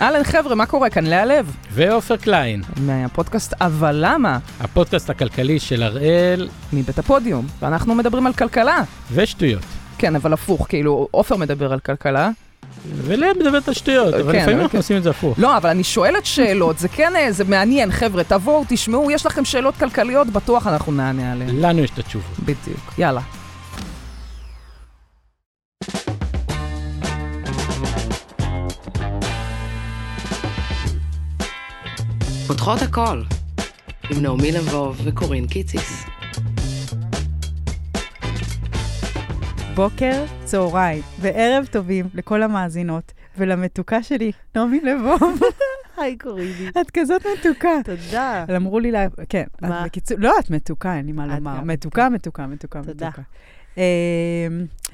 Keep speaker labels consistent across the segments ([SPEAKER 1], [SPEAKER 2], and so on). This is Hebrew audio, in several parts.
[SPEAKER 1] אהלן חבר'ה, מה קורה כאן? לאה לב,
[SPEAKER 2] ועופר קליין,
[SPEAKER 1] מהפודקאסט אבל למה?
[SPEAKER 2] הפודקאסט הכלכלי של הראל
[SPEAKER 1] מבית הפודיום, ואנחנו מדברים על כלכלה.
[SPEAKER 2] ושטויות.
[SPEAKER 1] כן, אבל הפוך, כאילו, עופר מדבר על כלכלה.
[SPEAKER 2] ולאה מדברת על שטויות, אבל
[SPEAKER 1] כן,
[SPEAKER 2] לפעמים
[SPEAKER 1] אבל
[SPEAKER 2] אנחנו
[SPEAKER 1] כן.
[SPEAKER 2] עושים את זה הפוך.
[SPEAKER 1] לא, אבל אני שואלת שאלות, זה כן, אה, זה מעניין, חבר'ה, תבואו, תשמעו, יש לכם שאלות כלכליות, בטוח אנחנו נענה עליהן.
[SPEAKER 2] לנו יש את התשובות.
[SPEAKER 1] בדיוק, יאללה.
[SPEAKER 3] פותחות הכל, עם נעמי לבוב וקורין קיציס.
[SPEAKER 4] בוקר, צהריים וערב טובים לכל המאזינות ולמתוקה שלי, נעמי לבוב.
[SPEAKER 5] היי קוריני.
[SPEAKER 4] את כזאת מתוקה.
[SPEAKER 5] תודה.
[SPEAKER 4] אבל אמרו לי, לה... כן, את
[SPEAKER 5] מה?
[SPEAKER 4] בקיצור, לא, את מתוקה, אין לי מה
[SPEAKER 5] את
[SPEAKER 4] לומר.
[SPEAKER 5] גם
[SPEAKER 4] מתוקה, מתוקה, מתוקה,
[SPEAKER 5] תודה.
[SPEAKER 4] מתוקה. אמ,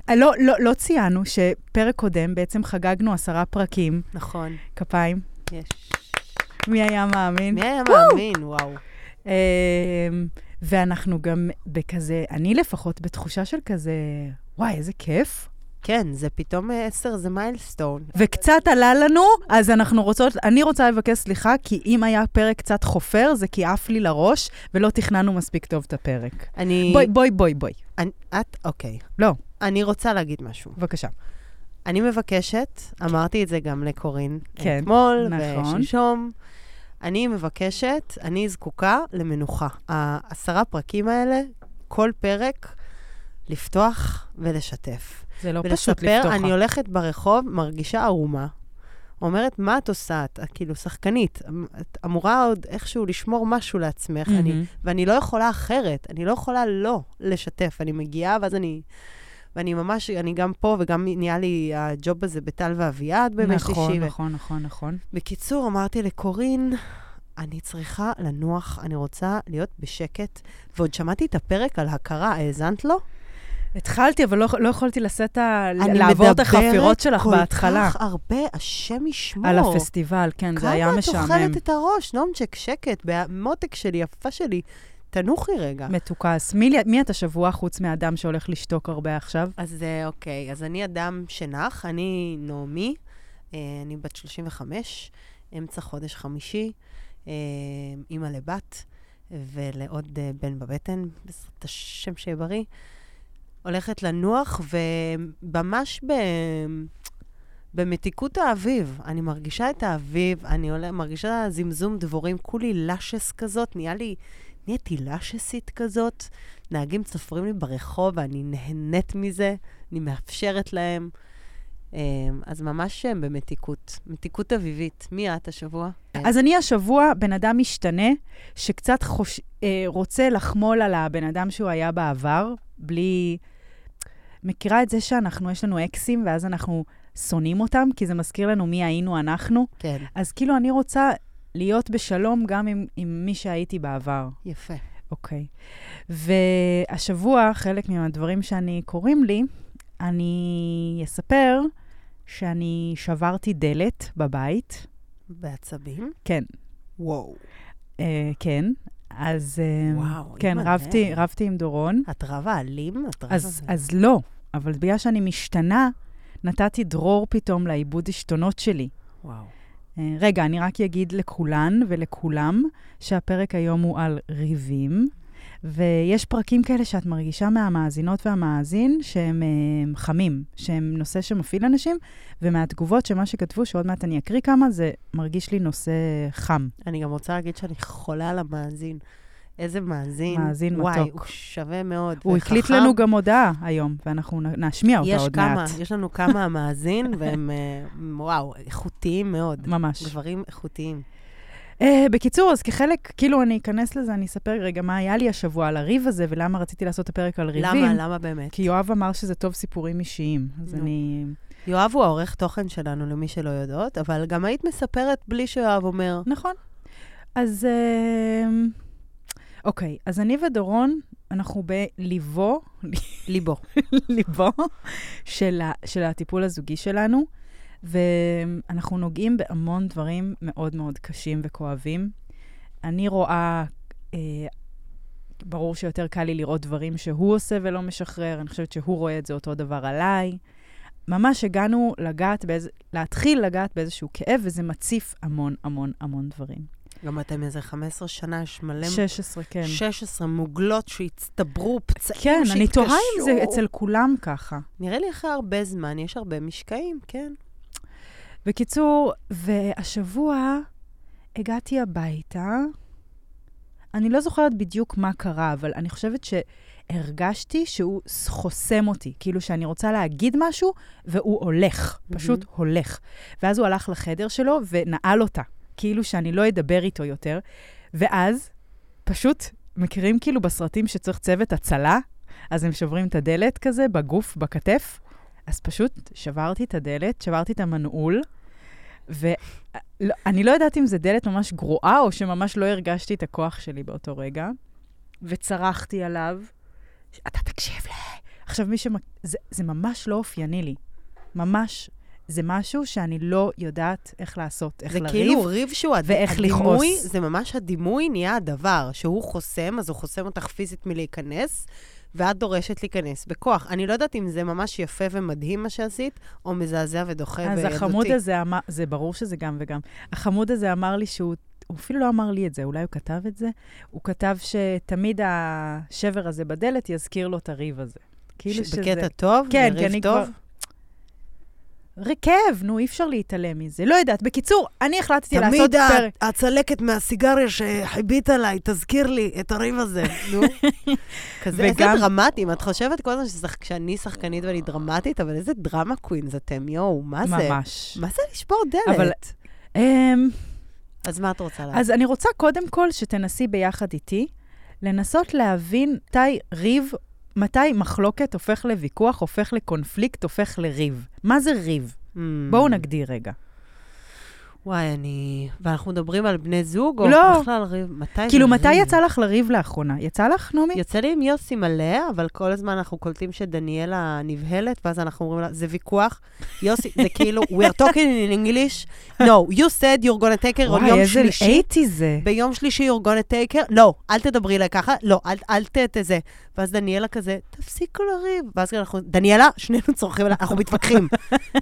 [SPEAKER 4] אה, לא, לא, לא ציינו שפרק קודם בעצם חגגנו עשרה פרקים,
[SPEAKER 5] נכון,
[SPEAKER 4] כפיים.
[SPEAKER 5] יש.
[SPEAKER 4] כן. מי היה מאמין?
[SPEAKER 5] מי היה מאמין? וואו.
[SPEAKER 4] אמ, ואנחנו גם בכזה, אני לפחות בתחושה של כזה, וואי, איזה כיף.
[SPEAKER 5] כן, זה פתאום אה, עשר, זה מיילסטון.
[SPEAKER 4] וקצת עלה לנו, אז אנחנו רוצות, אני רוצה לבקש סליחה, כי אם היה פרק קצת חופר, זה כי עף לי לראש, ולא תכננו מספיק טוב את הפרק.
[SPEAKER 5] אני...
[SPEAKER 4] בואי, בואי, בואי, בואי.
[SPEAKER 5] אני- את? אוקיי.
[SPEAKER 4] לא.
[SPEAKER 5] אני רוצה להגיד משהו.
[SPEAKER 4] בבקשה.
[SPEAKER 5] אני מבקשת, אמרתי את זה גם לקורין אה,
[SPEAKER 4] כן,
[SPEAKER 5] אתמול
[SPEAKER 4] נכון.
[SPEAKER 5] ושלשום, אני מבקשת, אני זקוקה למנוחה. העשרה פרקים האלה, כל פרק, לפתוח ולשתף.
[SPEAKER 4] זה לא פשוט
[SPEAKER 5] ולספר,
[SPEAKER 4] לפתוח.
[SPEAKER 5] אני הולכת ברחוב, מרגישה ערומה. אומרת, מה את עושה? את כאילו שחקנית, אמ- את אמורה עוד איכשהו לשמור משהו לעצמך,
[SPEAKER 4] מהמם.
[SPEAKER 5] אני, ואני לא יכולה אחרת, אני לא יכולה לא לשתף. אני מגיעה, ואז אני... ואני ממש, אני גם פה, וגם נהיה לי הג'וב הזה בטל ואביעד בימי
[SPEAKER 4] נכון,
[SPEAKER 5] שישי. ו-
[SPEAKER 4] נכון, נכון, נכון.
[SPEAKER 5] בקיצור, אמרתי לקורין, אני צריכה לנוח, אני רוצה להיות בשקט. ועוד שמעתי את הפרק על הכרה, האזנת לו?
[SPEAKER 4] התחלתי, אבל לא- לא יכולתי לשאת ה...
[SPEAKER 5] אני
[SPEAKER 4] לעבור את
[SPEAKER 5] מדברת
[SPEAKER 4] החפירות שלך בהתחלה.
[SPEAKER 5] כל כך הרבה, השם ישמור.
[SPEAKER 4] על הפסטיבל, כן, זה היה
[SPEAKER 5] כמה את
[SPEAKER 4] משעמם.
[SPEAKER 5] אוכלת את הראש, נעמצ'ק, שקט, במותק שלי, יפה שלי. תנוחי רגע.
[SPEAKER 4] מתוקס. מי לי- מי את השבוע חוץ מהאדם שהולך לשתוק הרבה עכשיו?
[SPEAKER 5] אז אה, אוקיי, אז אני אדם שנח, אני נעמי, אה, אני בת 35, אמצע חודש חמישי, אה, אימא לבת ולעוד אה, בן בבטן, בעזרת השם שיהיה בריא. הולכת לנוח, וממש ב... במתיקות האביב. אני מרגישה את האביב, אני עולה, מרגישה זמזום דבורים, כולי לשס כזאת, נהיה לי, נהייתי לשסית כזאת. נהגים צופרים לי ברחוב, ואני נהנית מזה, אני מאפשרת להם. אמ, אז ממש הם במתיקות, מתיקות אביבית. מי את השבוע?
[SPEAKER 4] אז אני השבוע בן אדם משתנה, שקצת חוש... אה, רוצה לחמול על הבן אדם שהוא היה בעבר, בלי... מכירה את זה שאנחנו, יש לנו אקסים, ואז אנחנו שונאים אותם, כי זה מזכיר לנו מי היינו אנחנו.
[SPEAKER 5] כן.
[SPEAKER 4] אז כאילו, אני רוצה להיות בשלום גם עם, עם מי שהייתי בעבר.
[SPEAKER 5] יפה.
[SPEAKER 4] אוקיי. והשבוע, חלק מהדברים שאני קוראים לי, אני אספר שאני שברתי דלת בבית.
[SPEAKER 5] בעצבים?
[SPEAKER 4] כן,
[SPEAKER 5] וואו.
[SPEAKER 4] אה, כן. אז... אה,
[SPEAKER 5] וואו,
[SPEAKER 4] כן,
[SPEAKER 5] אימא'לה.
[SPEAKER 4] רבתי, רבתי עם דורון.
[SPEAKER 5] את רבה אלים? את רבה...
[SPEAKER 4] אז, אז לא, אבל בגלל שאני משתנה, נתתי דרור פתאום לעיבוד עשתונות שלי.
[SPEAKER 5] וואו.
[SPEAKER 4] אה, רגע, אני רק אגיד לכולן ולכולם שהפרק היום הוא על ריבים, ויש פרקים כאלה שאת מרגישה מהמאזינות והמאזין שהם אה, חמים, שהם נושא שמפעיל אנשים, ומהתגובות שמה שכתבו, שעוד מעט אני אקריא כמה, זה מרגיש לי נושא חם.
[SPEAKER 5] אני גם רוצה להגיד שאני חולה על המאזין. איזה מאזין.
[SPEAKER 4] מאזין
[SPEAKER 5] וואי,
[SPEAKER 4] מתוק.
[SPEAKER 5] הוא שווה מאוד.
[SPEAKER 4] הוא הקליט
[SPEAKER 5] וחכם.
[SPEAKER 4] לנו גם הודעה היום, ואנחנו נ- נשמיע אותה
[SPEAKER 5] יש
[SPEAKER 4] עוד
[SPEAKER 5] כמה,
[SPEAKER 4] מעט.
[SPEAKER 5] יש לנו כמה המאזין, והם, אה, וואו, איכותיים מאוד.
[SPEAKER 4] ממש.
[SPEAKER 5] גברים איכותיים.
[SPEAKER 4] אה, בקיצור, אז כחלק, כאילו, אני אכנס לזה, אני אספר רגע מה היה לי השבוע על הריב הזה, ולמה רציתי לעשות את הפרק על ריבים.
[SPEAKER 5] למה? למה באמת?
[SPEAKER 4] כי יואב אמר שזה טוב סיפורים אישיים, אז
[SPEAKER 5] נו.
[SPEAKER 4] אני...
[SPEAKER 5] יואב הוא העורך תוכן שלנו, למי שלא יודעות, אבל גם היית מספרת בלי שיואב אומר,
[SPEAKER 4] נכון. אז אמ, אוקיי, אז אני ודורון, אנחנו בליבו,
[SPEAKER 5] ליבו.
[SPEAKER 4] ליבו של, ה, של הטיפול הזוגי שלנו, ואנחנו נוגעים בהמון דברים מאוד מאוד קשים וכואבים. אני רואה, אה, ברור שיותר קל לי לראות דברים שהוא עושה ולא משחרר, אני חושבת שהוא רואה את זה אותו דבר עליי. ממש הגענו לגעת באיזה, להתחיל לגעת באיזשהו כאב, וזה מציף המון המון המון דברים.
[SPEAKER 5] גם אתם איזה 15 שנה, יש מלא...
[SPEAKER 4] 16, כן.
[SPEAKER 5] 16 מוגלות שהצטברו, פצעים
[SPEAKER 4] כן, אני
[SPEAKER 5] שהתקשרו.
[SPEAKER 4] תוהה אם זה אצל כולם ככה.
[SPEAKER 5] נראה לי אחרי הרבה זמן, יש הרבה משקעים, כן.
[SPEAKER 4] בקיצור, והשבוע הגעתי הביתה. אני לא זוכרת בדיוק מה קרה, אבל אני חושבת שהרגשתי שהוא ס- חוסם אותי. כאילו שאני רוצה להגיד משהו, והוא הולך, פשוט הולך. ואז הוא הלך לחדר שלו ונעל אותה, כאילו שאני לא אדבר איתו יותר. ואז פשוט מכירים כאילו בסרטים שצריך צוות הצלה, אז הם שוברים את הדלת כזה בגוף, בכתף. אז פשוט שברתי את הדלת, שברתי את המנעול, ואני לא יודעת אם זו דלת ממש גרועה, או שממש לא הרגשתי את הכוח שלי באותו רגע, וצרחתי עליו, אתה תקשיב ל... עכשיו, מי שמ... זה, זה ממש לא אופייני לי. ממש. זה משהו שאני לא יודעת איך לעשות, איך
[SPEAKER 5] זה
[SPEAKER 4] לריב.
[SPEAKER 5] כאילו ריב שהוא הד...
[SPEAKER 4] ואיך
[SPEAKER 5] הדימוי,
[SPEAKER 4] לכעוס.
[SPEAKER 5] זה ממש הדימוי נהיה הדבר, שהוא חוסם, אז הוא חוסם אותך פיזית מלהיכנס, ואת דורשת להיכנס בכוח. אני לא יודעת אם זה ממש יפה ומדהים מה שעשית, או מזעזע ודוחה
[SPEAKER 4] אז
[SPEAKER 5] וילדותי.
[SPEAKER 4] החמוד הזה אמר, זה ברור שזה גם וגם. החמוד הזה אמר לי שהוא, הוא אפילו לא אמר לי את זה, אולי הוא כתב את זה. הוא כתב שתמיד השבר הזה בדלת יזכיר לו את הריב הזה. כאילו שזה...
[SPEAKER 5] בקטע טוב,
[SPEAKER 4] כן, כי
[SPEAKER 5] בריב
[SPEAKER 4] אני
[SPEAKER 5] טוב.
[SPEAKER 4] כבר... ר- כאב, נו, אי אפשר להתעלם מזה. לא יודעת. בקיצור, אני החלטתי לעשות
[SPEAKER 5] ה-
[SPEAKER 4] פרק.
[SPEAKER 5] הצלקת מהסיגריה שחיבית עליי, תזכיר לי את הריב הזה, נו. כזה, איזה
[SPEAKER 4] וגם-
[SPEAKER 5] דרמטים. את חושבת כל הזמן ששחק- שאני שחקנית ואני דרמטית, אבל איזה דרמה קווינס אתם, יואו, מה זה?
[SPEAKER 4] ממש.
[SPEAKER 5] מה זה לשבור
[SPEAKER 4] אבל-
[SPEAKER 5] דלת?
[SPEAKER 4] אמ,
[SPEAKER 5] אז מה את רוצה להגיד?
[SPEAKER 4] אז אני רוצה קודם כל שתנסי ביחד איתי לנסות להבין מתי ריב, מתי מחלוקת הופך לוויכוח, הופך לקונפליקט, הופך לריב. מה זה ריב?
[SPEAKER 5] Mm.
[SPEAKER 4] בואו נגדיר רגע.
[SPEAKER 5] Hmm. וואי, אני... ואנחנו מדברים על בני זוג, או
[SPEAKER 4] לא.
[SPEAKER 5] בכלל ריב? מתי...
[SPEAKER 4] כאילו,
[SPEAKER 5] זה
[SPEAKER 4] מתי
[SPEAKER 5] ריב?
[SPEAKER 4] יצא לך לריב לאחרונה? יצא לך, נעמי?
[SPEAKER 5] יוצא לי עם יוסי מלא, אבל כל הזמן אנחנו קולטים שדניאלה נבהלת, ואז אנחנו אומרים לה, זה ויכוח. יוסי, זה כאילו, we are talking in English. No, you said you're gonna take her on
[SPEAKER 4] וואי,
[SPEAKER 5] יום
[SPEAKER 4] איזה
[SPEAKER 5] שלישי.
[SPEAKER 4] אייטי זה.
[SPEAKER 5] ביום שלישי you're gonna take her, לא, אל תדברי לה ככה, לא, אל, אל ת... ת- זה. ואז דניאלה כזה, תפסיקו לריב. ואז אנחנו, דניאלה, שנינו צורכים, עליה, אנחנו מתווכחים.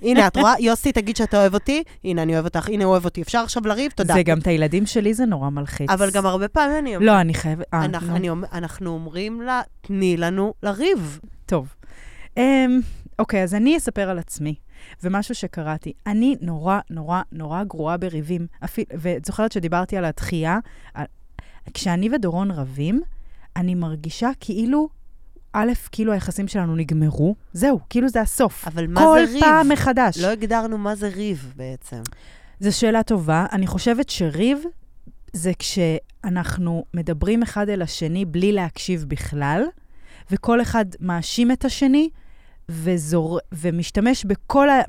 [SPEAKER 5] הנה, את רואה? יוסי, תגיד שאתה אוהב אותי, הנה, אני אוהב אותך, הנה, הוא אוהב אותי. אפשר עכשיו לריב? תודה.
[SPEAKER 4] זה גם את הילדים שלי, זה נורא מלחיץ.
[SPEAKER 5] אבל גם הרבה פעמים אני אומרת,
[SPEAKER 4] לא, אני חייבת... אה,
[SPEAKER 5] אנחנו,
[SPEAKER 4] נו.
[SPEAKER 5] אני, אומר- אנחנו אומרים לה, תני לנו לריב.
[SPEAKER 4] טוב. Um, אוקיי, אז אני אספר על עצמי, ומשהו שקראתי. אני נורא, נורא, נורא גרועה בריבים. אפילו, ואת זוכרת שדיברתי על התחייה? על... כשאני ודורון רבים, אני מרגישה כאילו, א', כאילו היחסים שלנו נגמרו, זהו, כאילו זה הסוף.
[SPEAKER 5] אבל מה
[SPEAKER 4] כל
[SPEAKER 5] זה ריב?
[SPEAKER 4] פעם מחדש.
[SPEAKER 5] לא הגדרנו מה זה ריב בעצם.
[SPEAKER 4] זו שאלה טובה. אני חושבת שריב זה כשאנחנו מדברים אחד אל השני בלי להקשיב בכלל, וכל אחד מאשים את השני וזור... ומשתמש בכל אה,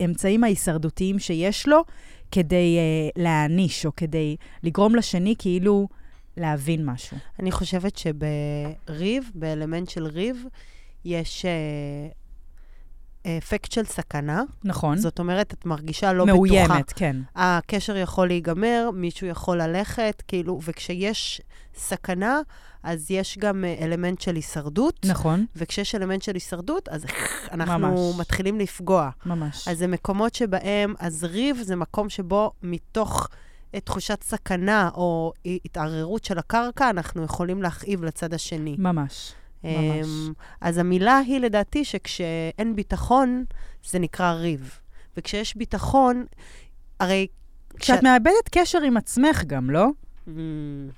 [SPEAKER 4] האמצעים ההישרדותיים שיש לו כדי אה, להעניש או כדי לגרום לשני כאילו להבין משהו.
[SPEAKER 5] אני חושבת שבריב, באלמנט של ריב, יש אה, אפקט של סכנה.
[SPEAKER 4] נכון.
[SPEAKER 5] זאת אומרת, את מרגישה לא
[SPEAKER 4] מאוימת,
[SPEAKER 5] בטוחה.
[SPEAKER 4] כן.
[SPEAKER 5] הקשר יכול להיגמר, מישהו יכול ללכת, כאילו, וכשיש סכנה, אז יש גם אה, אלמנט של הישרדות.
[SPEAKER 4] נכון,
[SPEAKER 5] וכשיש אלמנט של הישרדות, אז אנחנו
[SPEAKER 4] ממש.
[SPEAKER 5] מתחילים לפגוע.
[SPEAKER 4] ממש.
[SPEAKER 5] אז זה מקומות שבהם, אז ריב זה מקום שבו מתוך אה, תחושת סכנה או הי- התערערות של הקרקע, אנחנו יכולים להכאיב לצד השני.
[SPEAKER 4] ממש. ממש.
[SPEAKER 5] אמ, אז המילה היא לדעתי שכשאין ביטחון, זה נקרא ריב. וכשיש ביטחון, הרי... כש-
[SPEAKER 4] כשאת מאבדת קשר עם עצמך גם, לא?
[SPEAKER 5] אמ,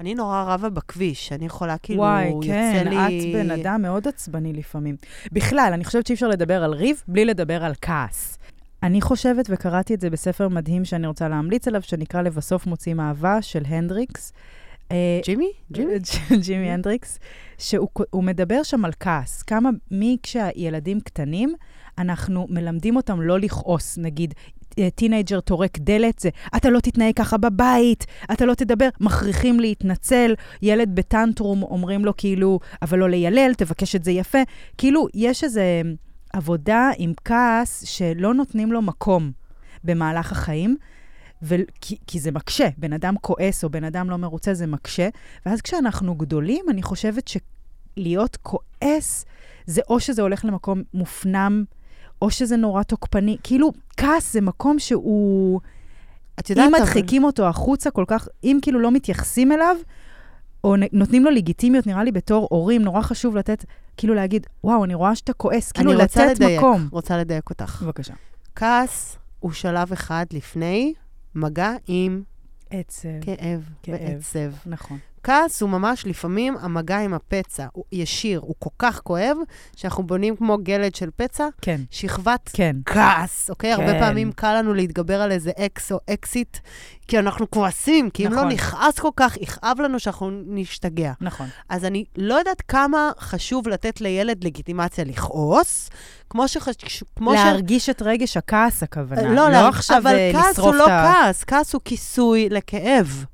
[SPEAKER 5] אני נורא רבה בכביש, אני יכולה כאילו,
[SPEAKER 4] וואי,
[SPEAKER 5] יוצא
[SPEAKER 4] כן,
[SPEAKER 5] לי...
[SPEAKER 4] את בן אדם מאוד עצבני לפעמים. בכלל, אני חושבת שאי אפשר לדבר על ריב בלי לדבר על כעס. אני חושבת, וקראתי את זה בספר מדהים שאני רוצה להמליץ עליו, שנקרא "לבסוף מוצאים אהבה" של הנדריקס. אה,
[SPEAKER 5] ג'ימי? ג'ימי?
[SPEAKER 4] ג'ימי הנדריקס, שהוא כ- הוא מדבר שם על כעס. כמה מכשהילדים קטנים, אנחנו מלמדים אותם לא לכעוס. נגיד, אה, טינג'ר טורק דלת, זה אתה לא תתנהג ככה בבית, אתה לא תדבר, מכריחים להתנצל. ילד בטנטרום אומרים לו כאילו, אבל לא לילל, תבקש את זה יפה. כאילו, יש איזו עבודה עם כעס שלא נותנים לו מקום במהלך החיים. ו... כי, כי זה מקשה, בן אדם כועס או בן אדם לא מרוצה, זה מקשה. ואז כשאנחנו גדולים, אני חושבת להיות כועס, זה או שזה הולך למקום מופנם, או שזה נורא תוקפני. כאילו, כעס זה מקום שהוא...
[SPEAKER 5] את יודעת,
[SPEAKER 4] אם
[SPEAKER 5] אבל-
[SPEAKER 4] מדחיקים אותו החוצה כל כך, אם כאילו לא מתייחסים אליו, או נ- נותנים לו לגיטימיות, נראה לי בתור הורים, נורא חשוב לתת, כאילו להגיד, וואו, אני רואה שאתה כועס, כאילו
[SPEAKER 5] אני רוצה
[SPEAKER 4] לתת
[SPEAKER 5] לדייק,
[SPEAKER 4] מקום.
[SPEAKER 5] רוצה לדייק אותך.
[SPEAKER 4] בבקשה.
[SPEAKER 5] כעס הוא שלב אחד לפני מגע עם
[SPEAKER 4] עצב.
[SPEAKER 5] כאב
[SPEAKER 4] כאב.
[SPEAKER 5] ועצב.
[SPEAKER 4] נכון.
[SPEAKER 5] כעס הוא ממש לפעמים המגע עם הפצע, הוא ישיר, הוא כל כך כואב, שאנחנו בונים כמו גלד של פצע,
[SPEAKER 4] כן,
[SPEAKER 5] שכבת
[SPEAKER 4] כן.
[SPEAKER 5] כעס, אוקיי? כן. הרבה
[SPEAKER 4] כן.
[SPEAKER 5] פעמים קל לנו להתגבר על איזה אקס או אקסיט, כי אנחנו כועסים, כי אם
[SPEAKER 4] נכון.
[SPEAKER 5] לא נכעס כל כך, יכאב לנו שאנחנו נשתגע.
[SPEAKER 4] נכון.
[SPEAKER 5] אז אני לא יודעת כמה חשוב לתת לילד לגיטימציה לכעוס, כמו שחש... כמו ש...
[SPEAKER 4] להרגיש את רגש הכעס, הכוונה.
[SPEAKER 5] לא, להרג-
[SPEAKER 4] עכשיו
[SPEAKER 5] אבל
[SPEAKER 4] אה,
[SPEAKER 5] כעס הוא
[SPEAKER 4] לשרוף
[SPEAKER 5] לא
[SPEAKER 4] את ה...
[SPEAKER 5] כעס, כעס הוא כיסוי לכאב.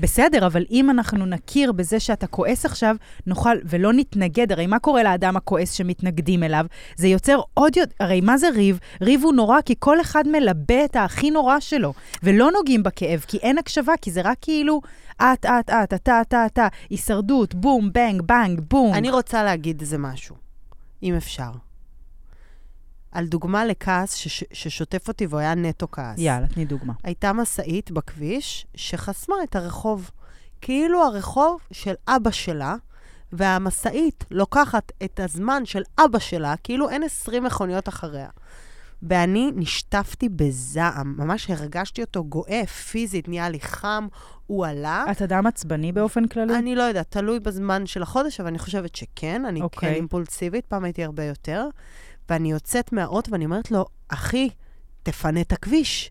[SPEAKER 4] בסדר, אבל אם אנחנו נכיר בזה שאתה כועס עכשיו, נוכל, ולא נתנגד, הרי מה קורה לאדם הכועס שמתנגדים אליו? זה יוצר עוד יותר, הרי מה זה ריב? ריב הוא נורא, כי כל אחד מלבה את הכי נורא שלו, ולא נוגעים בכאב, כי אין הקשבה, כי זה רק כאילו, את, את, את, אתה, אתה, אתה, הישרדות, בום, בנג, בנג, בום.
[SPEAKER 5] אני רוצה להגיד איזה משהו, אם אפשר. על דוגמה לכעס שש... ששוטף אותי והוא היה נטו כעס.
[SPEAKER 4] יאללה, תני דוגמה.
[SPEAKER 5] הייתה משאית בכביש שחסמה את הרחוב. כאילו הרחוב של אבא שלה, והמשאית לוקחת את הזמן של אבא שלה, כאילו אין 20 מכוניות אחריה. ואני נשטפתי בזעם, ממש הרגשתי אותו גואה פיזית, נהיה לי חם, הוא עלה.
[SPEAKER 4] את אדם עצבני באופן כללי?
[SPEAKER 5] אני לא יודעת, תלוי בזמן של החודש, אבל אני חושבת שכן, אני okay. כן
[SPEAKER 4] אוקיי.
[SPEAKER 5] אימפולסיבית, פעם הייתי הרבה יותר. ואני יוצאת מהאוט ואני אומרת לו, אחי, תפנה את הכביש.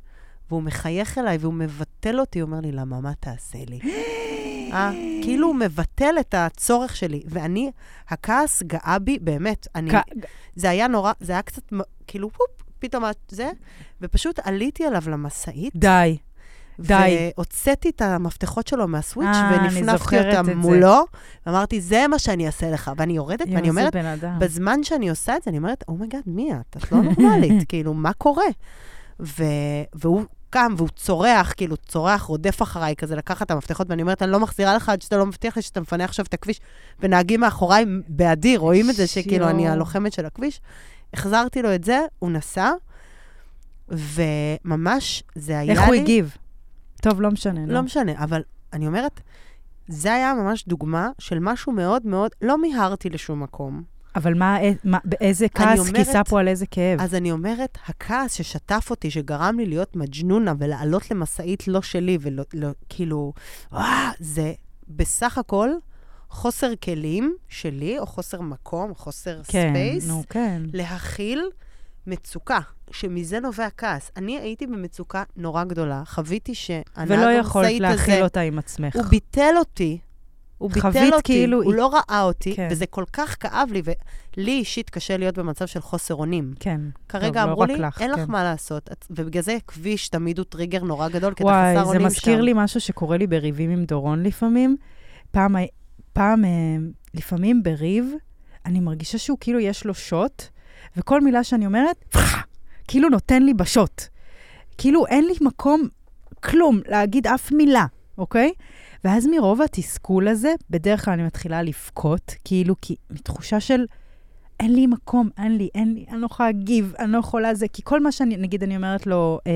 [SPEAKER 5] והוא מחייך אליי והוא מבטל אותי, הוא אומר לי, למה, מה תעשה לי? אה, כאילו הוא מבטל את הצורך שלי. ואני, הכעס גאה בי, באמת, אני...
[SPEAKER 4] כ-
[SPEAKER 5] זה היה נורא, זה היה קצת מ- כאילו, פופ, פתאום את זה, ופשוט עליתי עליו למשאית.
[SPEAKER 4] די. די.
[SPEAKER 5] והוצאתי את המפתחות שלו מהסוויץ',
[SPEAKER 4] אה, אני
[SPEAKER 5] ונפנפתי
[SPEAKER 4] זוכרת את זה.
[SPEAKER 5] אותם מולו, ואמרתי, זה מה שאני אעשה לך. ואני יורדת,
[SPEAKER 4] יואו,
[SPEAKER 5] ואני
[SPEAKER 4] זה אה.
[SPEAKER 5] אומרת,
[SPEAKER 4] בן אדם.
[SPEAKER 5] בזמן שאני עושה את זה, אני אומרת, אומייגאד, מי את? את לא נורמלית, כאילו, מה קורה? ו... והוא קם והוא צורח, כאילו, צורח, רודף אחריי, כזה לקח את המפתחות, ואני אומרת, אני לא מחזירה לך עד שאתה לא מבטיח לי שאתה מפנה עכשיו את הכביש. ונהגים מאחוריי בעדי, רואים את זה שכאילו
[SPEAKER 4] שיו.
[SPEAKER 5] אני הלוחמת של הכביש. החזרתי לו את זה, הוא נסע, וממש זה היה לי...
[SPEAKER 4] איך הוא הגיב? טוב, לא משנה. נו.
[SPEAKER 5] לא משנה, אבל אני אומרת, זה היה ממש דוגמה של משהו מאוד מאוד, לא מיהרתי לשום מקום.
[SPEAKER 4] אבל מה, אה, מה, באיזה כעס
[SPEAKER 5] אומרת-
[SPEAKER 4] כיסה פה על איזה כאב?
[SPEAKER 5] אז אני אומרת, הכעס ששטף אותי, שגרם לי להיות מג'נונה ולעלות למשאית לא שלי, ולא, לא, כאילו, וואה, זה בסך הכל חוסר כלים שלי, או חוסר מקום, חוסר
[SPEAKER 4] כן,
[SPEAKER 5] ספייס,
[SPEAKER 4] נו, כן.
[SPEAKER 5] להכיל מצוקה, שמזה נובע כעס. אני הייתי במצוקה נורא גדולה, חוויתי שהנהג
[SPEAKER 4] ולא יכולת
[SPEAKER 5] המשאית הזה...
[SPEAKER 4] להכיל אותה עם עצמך.
[SPEAKER 5] הוא ביטל אותי. הוא ביטל
[SPEAKER 4] חווית
[SPEAKER 5] אותי,
[SPEAKER 4] כאילו-
[SPEAKER 5] הוא לא ראה אותי,
[SPEAKER 4] כן.
[SPEAKER 5] וזה כל כך כאב לי, ולי אישית קשה להיות במצב של חוסר אונים.
[SPEAKER 4] כן.
[SPEAKER 5] כרגע
[SPEAKER 4] לא
[SPEAKER 5] אמרו
[SPEAKER 4] רק
[SPEAKER 5] לי,
[SPEAKER 4] לך,
[SPEAKER 5] אין
[SPEAKER 4] כן.
[SPEAKER 5] לך מה לעשות, את- ובגלל זה כביש תמיד הוא טריגר נורא גדול, כי אתה
[SPEAKER 4] וואי,
[SPEAKER 5] חסר
[SPEAKER 4] זה
[SPEAKER 5] אונים שם.
[SPEAKER 4] מזכיר לי משהו שקורה לי בריבים עם דורון לפעמים. פעם, הי- פעם, אה, לפעמים בריב, אני מרגישה שהוא כאילו יש לו שוט, וכל מילה שאני אומרת, "פחה", כאילו נותן לי בשוט. כאילו אין לי מקום, כלום, להגיד אף מילה, אוקיי? ואז מרוב התסכול הזה, בדרך כלל אני מתחילה לבכות, כאילו, כי מתחושה של אין לי מקום, אין לי, אין לי, אני לא יכולה להגיב, אני לא יכולה זה, כי כל מה שאני, נגיד, אני אומרת לו, אה,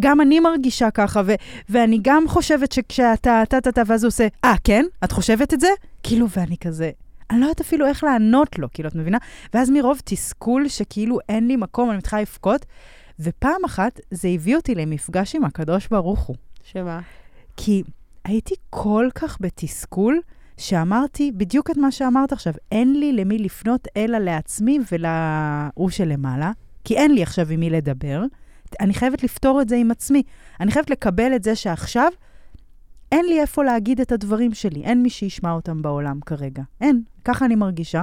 [SPEAKER 4] גם אני מרגישה ככה, ו- ואני גם חושבת שכשאתה, אתה, אתה, אתה, ואז הוא עושה, אה, כן? את חושבת את זה? כאילו, ואני כזה, אני לא יודעת אפילו איך לענות לו, כאילו, את מבינה? ואז מרוב תסכול שכאילו אין לי מקום, אני מתחילה לבכות, ופעם אחת זה הביא אותי למפגש עם הקדוש ברוך הוא.
[SPEAKER 5] שמה?
[SPEAKER 4] כי הייתי כל כך בתסכול, שאמרתי בדיוק את מה שאמרת עכשיו, אין לי למי לפנות אלא לעצמי ולהוא שלמעלה, כי אין לי עכשיו עם מי לדבר. אני חייבת לפתור את זה עם עצמי. אני חייבת לקבל את זה שעכשיו אין לי איפה להגיד את הדברים שלי, אין מי שישמע אותם בעולם כרגע. אין, ככה אני מרגישה.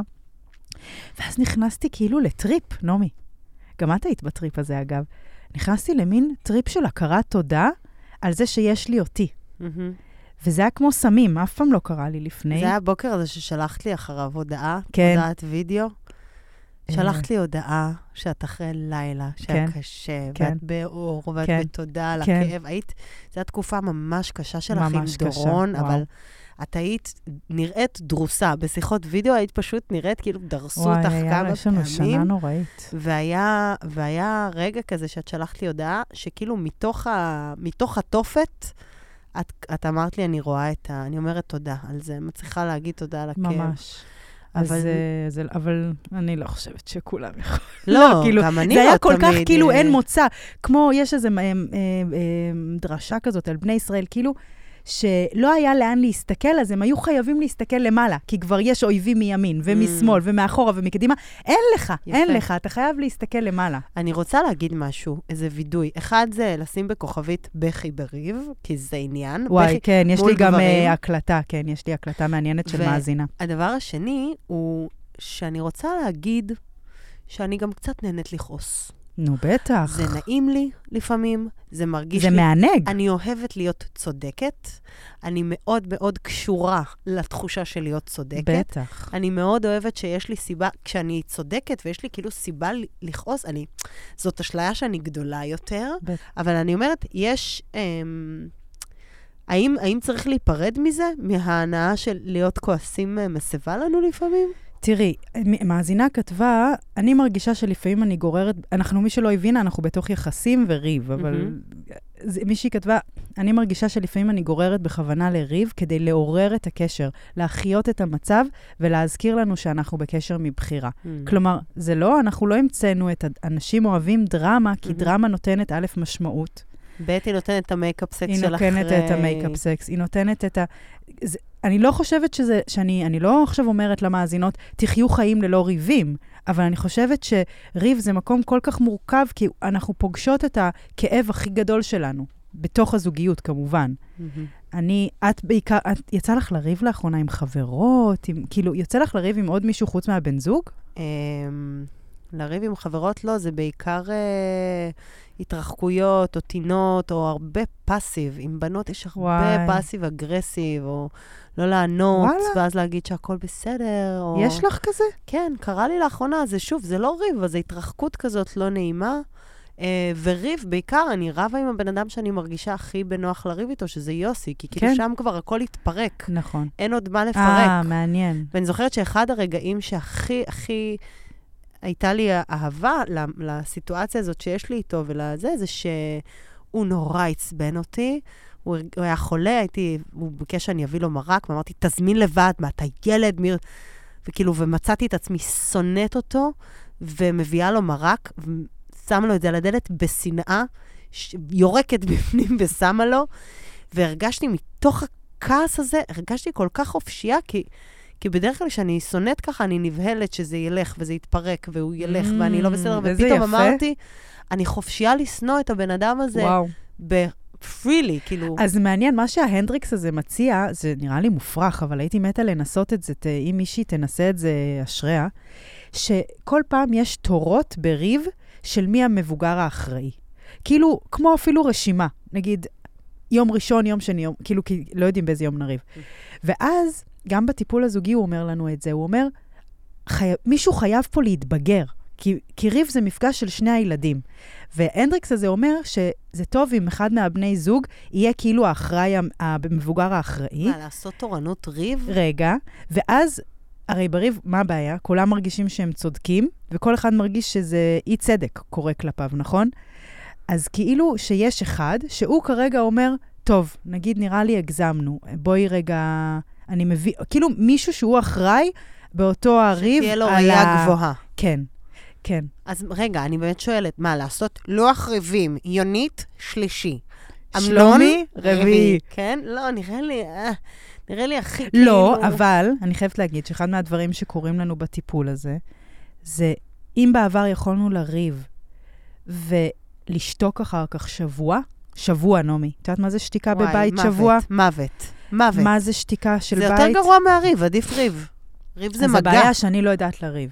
[SPEAKER 4] ואז נכנסתי כאילו לטריפ, נעמי. גם את היית בטריפ הזה, אגב. נכנסתי למין טריפ של הכרת תודה על זה שיש לי אותי.
[SPEAKER 5] מהמם.
[SPEAKER 4] וזה היה כמו סמים, אף פעם לא קרה לי לפני.
[SPEAKER 5] זה היה הבוקר הזה ששלחת לי אחריו הודעה,
[SPEAKER 4] כן. אה.
[SPEAKER 5] הודעת וידאו. שלחת לי הודעה שאת אחרי לילה, שהיה
[SPEAKER 4] כן.
[SPEAKER 5] קשה,
[SPEAKER 4] כן.
[SPEAKER 5] ואת באור, ואת
[SPEAKER 4] כן.
[SPEAKER 5] בתודה על
[SPEAKER 4] כן.
[SPEAKER 5] הכאב. היית, זו הייתה תקופה ממש קשה שלך עם
[SPEAKER 4] ממש קשה,
[SPEAKER 5] דורון,
[SPEAKER 4] וואו.
[SPEAKER 5] אבל את היית נראית דרוסה. בשיחות וידאו היית פשוט נראית כאילו דרסו אותך
[SPEAKER 4] וואי,
[SPEAKER 5] כמה
[SPEAKER 4] יאללה, יש לנו שנה
[SPEAKER 5] פעמים.
[SPEAKER 4] נוראית.
[SPEAKER 5] והיה, והיה רגע כזה שאת שלחת לי הודעה, שכאילו מתוך, ה, מתוך התופת, את, את אמרת לי, אני רואה את ה... אני אומרת תודה על זה, מצליחה להגיד תודה על הכאב.
[SPEAKER 4] ממש.
[SPEAKER 5] כן. אבל-
[SPEAKER 4] אז, אה, זה- אבל אני לא חושבת שכולם יכולים.
[SPEAKER 5] לא,
[SPEAKER 4] כאילו,
[SPEAKER 5] גם אני
[SPEAKER 4] זה
[SPEAKER 5] לא
[SPEAKER 4] היה כל כך
[SPEAKER 5] תמיד,
[SPEAKER 4] כאילו
[SPEAKER 5] אה,
[SPEAKER 4] אין מוצא. כמו, יש איזו אה, דרשה כזאת על בני ישראל, כאילו, שלא היה לאן להסתכל, אז הם היו חייבים להסתכל למעלה, כי כבר יש אויבים מימין ומשמאל ומאחורה ומקדימה. אין לך,
[SPEAKER 5] Mm. יפה.
[SPEAKER 4] אין לך, אתה חייב להסתכל למעלה.
[SPEAKER 5] אני רוצה להגיד משהו, איזה וידוי. אחד זה לשים בכוכבית בכי בריב, כי זה עניין. בכי...
[SPEAKER 4] וואי, כן, יש
[SPEAKER 5] מול
[SPEAKER 4] לי גם
[SPEAKER 5] גברים.
[SPEAKER 4] אה, הקלטה, כן, יש לי הקלטה מעניינת של
[SPEAKER 5] ו-
[SPEAKER 4] מאזינה.
[SPEAKER 5] הדבר השני הוא שאני רוצה להגיד שאני גם קצת נהנית לכעוס.
[SPEAKER 4] נו, בטח.
[SPEAKER 5] זה נעים לי לפעמים, זה מרגיש
[SPEAKER 4] זה
[SPEAKER 5] לי
[SPEAKER 4] מענג.
[SPEAKER 5] אני אוהבת להיות צודקת, אני מאוד מאוד קשורה לתחושה של להיות צודקת.
[SPEAKER 4] בטח.
[SPEAKER 5] אני מאוד אוהבת שיש לי סיבה, כשאני צודקת ויש לי כאילו סיבה ל- לכעוס, אני, זאת אשליה שאני גדולה יותר,
[SPEAKER 4] בטח.
[SPEAKER 5] אבל אני אומרת, יש... אמ, האם, האם צריך להיפרד מזה, מההנאה של להיות כועסים אה, מסבה לנו לפעמים?
[SPEAKER 4] תראי, מ- מאזינה כתבה, אני מרגישה שלפעמים אני גוררת, אנחנו, מי שלא הבינה, אנחנו בתוך יחסים וריב, אבל... זה- מישהי כתבה, אני מרגישה שלפעמים אני גוררת בכוונה לריב כדי לעורר את הקשר, להחיות את המצב ולהזכיר לנו שאנחנו בקשר מבחירה. כלומר, זה לא, אנחנו לא המצאנו את ה- אנשים אוהבים דרמה, כי
[SPEAKER 5] מהמם.
[SPEAKER 4] דרמה נותנת א', משמעות.
[SPEAKER 5] ב', היא נותנת את המייקאפ סקס
[SPEAKER 4] היא
[SPEAKER 5] של אחרי...
[SPEAKER 4] נותנת את המייקאפ סקס, היא נותנת את ה... זה, אני לא חושבת שזה, שאני, אני לא עכשיו אומרת למאזינות, תחיו חיים ללא ריבים, אבל אני חושבת שריב זה מקום כל כך מורכב, כי אנחנו פוגשות את הכאב הכי גדול שלנו, בתוך הזוגיות כמובן.
[SPEAKER 5] מהמם.
[SPEAKER 4] אני, את בעיקר, את, יצא לך לריב לאחרונה עם חברות, עם, כאילו, יוצא לך לריב עם עוד מישהו חוץ מהבן זוג?
[SPEAKER 5] אמ, לריב עם חברות לא, זה בעיקר אה, התרחקויות או טינות או הרבה פאסיב. עם בנות יש הרבה
[SPEAKER 4] וואי.
[SPEAKER 5] פאסיב אגרסיב, או לא לענות,
[SPEAKER 4] וואלה.
[SPEAKER 5] ואז להגיד שהכל בסדר, או...
[SPEAKER 4] יש לך כזה?
[SPEAKER 5] כן, קרה לי לאחרונה, זה שוב, זה לא ריב, אבל זה התרחקות כזאת לא נעימה. אה, וריב, בעיקר, אני רבה עם הבן אדם שאני מרגישה הכי בנוח לריב איתו, שזה יוסי, כי כאילו
[SPEAKER 4] כן.
[SPEAKER 5] שם כבר הכל התפרק,
[SPEAKER 4] נכון.
[SPEAKER 5] אין עוד מה לפרק.
[SPEAKER 4] אה, מעניין.
[SPEAKER 5] ואני זוכרת שאחד הרגעים שהכי הכי הייתה לי אהבה ל- לסיטואציה הזאת שיש לי איתו ולזה, זה שהוא נורא עצבן אותי. הוא, הרג- הוא היה חולה, הייתי, הוא ביקש שאני אביא לו מרק, ואמרתי, תזמין לבד, מה, אתה ילד? מי... וכאילו, ומצאתי את עצמי שונאת אותו, ומביאה לו מרק, ושם לו את זה על הדלת בשנאה, ש... יורקת בפנים ושמה לו, והרגשתי מתוך הכעס הזה, הרגשתי כל כך חופשייה, כי כי בדרך כלל כשאני שונאת ככה, אני נבהלת שזה ילך וזה יתפרק, והוא ילך
[SPEAKER 4] Mm,
[SPEAKER 5] ואני לא בסדר,
[SPEAKER 4] איזה יפה.
[SPEAKER 5] ופתאום אמרתי, אני חופשייה לשנוא את הבן אדם הזה
[SPEAKER 4] וואו.
[SPEAKER 5] בפרילי, כאילו,
[SPEAKER 4] אז מעניין, מה שההנדריקס הזה מציע, זה נראה לי מופרך, אבל הייתי מתה לנסות את זה, ת- אם מישהי תנסה את זה, אשריה, שכל פעם יש תורות בריב של מי המבוגר האחראי. כאילו, כמו אפילו רשימה, נגיד, יום ראשון, יום שני, יום, כאילו, כי לא יודעים באיזה יום נריב. ואז, גם בטיפול הזוגי הוא אומר לנו את זה, הוא אומר, חי... מישהו חייב פה להתבגר, כי, כי ריב זה מפגש של שני הילדים. והנדריקס הזה אומר שזה טוב אם אחד מהבני זוג יהיה כאילו האחראי, המ- המבוגר האחראי.
[SPEAKER 5] מה, לעשות תורנות ריב?
[SPEAKER 4] רגע, ואז, הרי בריב, מה הבעיה? כולם מרגישים שהם צודקים, וכל אחד מרגיש שזה אי צדק קורה כלפיו, נכון? אז כאילו שיש אחד שהוא כרגע אומר, טוב, נגיד נראה לי הגזמנו, בואי רגע, אני מביא, כאילו מישהו שהוא אחראי באותו הריב
[SPEAKER 5] תהיה לו
[SPEAKER 4] על
[SPEAKER 5] ראייה
[SPEAKER 4] ה-
[SPEAKER 5] גבוהה.
[SPEAKER 4] כן, כן.
[SPEAKER 5] אז רגע, אני באמת שואלת, מה, לעשות לוח ריבים, יונית, שלישי. אמנון,
[SPEAKER 4] שלומי, רביעי.
[SPEAKER 5] כן? לא, נראה לי, אה, נראה לי הכי כאילו...
[SPEAKER 4] לא, אבל אני חייבת להגיד שאחד מהדברים שקורים לנו בטיפול הזה, זה אם בעבר יכולנו לריב ולשתוק אחר כך שבוע, שבוע, נעמי. את יודעת מה זה שתיקה
[SPEAKER 5] וואי,
[SPEAKER 4] בבית
[SPEAKER 5] מוות,
[SPEAKER 4] שבוע?
[SPEAKER 5] מוות, מוות.
[SPEAKER 4] מה זה שתיקה של
[SPEAKER 5] זה
[SPEAKER 4] בית?
[SPEAKER 5] יותר גרוע מהריב, עדיף ריב. ריב זה
[SPEAKER 4] אז
[SPEAKER 5] מגע.
[SPEAKER 4] הבעיה שאני לא יודעת לריב.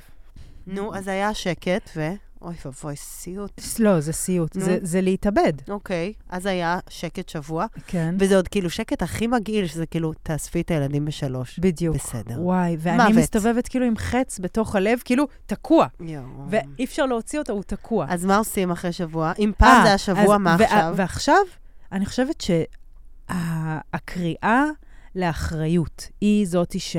[SPEAKER 5] נו, אז היה שקט, ו... אוי ואבוי, סיוט.
[SPEAKER 4] לא, זה סיוט,
[SPEAKER 5] נו.
[SPEAKER 4] זה, זה להתאבד.
[SPEAKER 5] אוקיי, אז היה שקט שבוע,
[SPEAKER 4] כן.
[SPEAKER 5] וזה עוד כאילו שקט הכי מגעיל, שזה כאילו, תאספי את הילדים בשלוש.
[SPEAKER 4] בדיוק.
[SPEAKER 5] בסדר.
[SPEAKER 4] וואי, ואני
[SPEAKER 5] מוות. Mm.
[SPEAKER 4] מסתובבת כאילו עם חץ בתוך הלב, כאילו תקוע,
[SPEAKER 5] יואו.
[SPEAKER 4] ואי אפשר להוציא אותו, הוא תקוע.
[SPEAKER 5] אז מה עושים אחרי שבוע? אם פעם
[SPEAKER 4] אה,
[SPEAKER 5] זה היה שבוע,
[SPEAKER 4] אז-
[SPEAKER 5] מה
[SPEAKER 4] וה-
[SPEAKER 5] עכשיו?
[SPEAKER 4] ועכשיו, אני חושבת שהקריאה לאחריות. היא זאתי ש...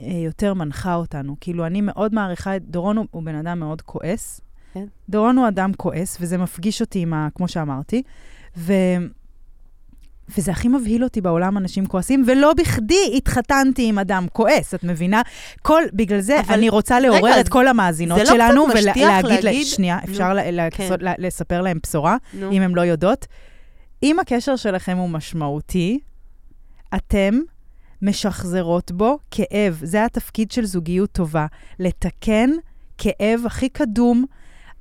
[SPEAKER 4] אה, יותר מנחה אותנו. כאילו, אני מאוד מעריכה את... דורון הוא, הוא בן אדם מאוד כועס.
[SPEAKER 5] כן.
[SPEAKER 4] דורון הוא אדם כועס, וזה מפגיש אותי עם ה... כמו שאמרתי. ו... וזה הכי מבהיל אותי בעולם אנשים כועסים, ולא בכדי התחתנתי עם אדם כועס, את מבינה? כל, בגלל זה
[SPEAKER 5] אבל-
[SPEAKER 4] אני רוצה לעורר
[SPEAKER 5] רגע,
[SPEAKER 4] את כל המאזינות
[SPEAKER 5] זה לא
[SPEAKER 4] שלנו,
[SPEAKER 5] קצת משטיח
[SPEAKER 4] לה-
[SPEAKER 5] להגיד-
[SPEAKER 4] שנייה,
[SPEAKER 5] נו,
[SPEAKER 4] אפשר לה- לה-
[SPEAKER 5] כן.
[SPEAKER 4] לה- לספר להם בשורה?
[SPEAKER 5] נו.
[SPEAKER 4] אם הן לא יודעות. אם הקשר שלכם הוא משמעותי, אתם משחזרות בו כאב. זה התפקיד של זוגיות טובה, לתקן כאב הכי קדום,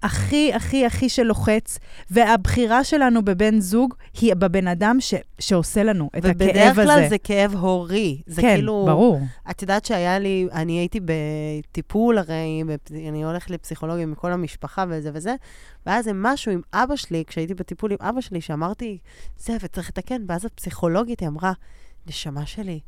[SPEAKER 4] הכי הכי הכי שלוחץ, והבחירה שלנו בבן זוג היא בבן אדם ש, שעושה לנו את הכאב הזה.
[SPEAKER 5] ובדרך כלל זה כאב הורי. זה
[SPEAKER 4] כן,
[SPEAKER 5] כאילו...
[SPEAKER 4] ברור.
[SPEAKER 5] את יודעת שהיה לי, אני הייתי בטיפול הרי, בפ- אני הולכת לפסיכולוגיה עם כל המשפחה וזה וזה, ואז זה משהו עם אבא שלי, כשהייתי בטיפול עם אבא שלי, שאמרתי, זה, וצריך לתקן, ואז הפסיכולוגית היא אמרה, נשמה שלי,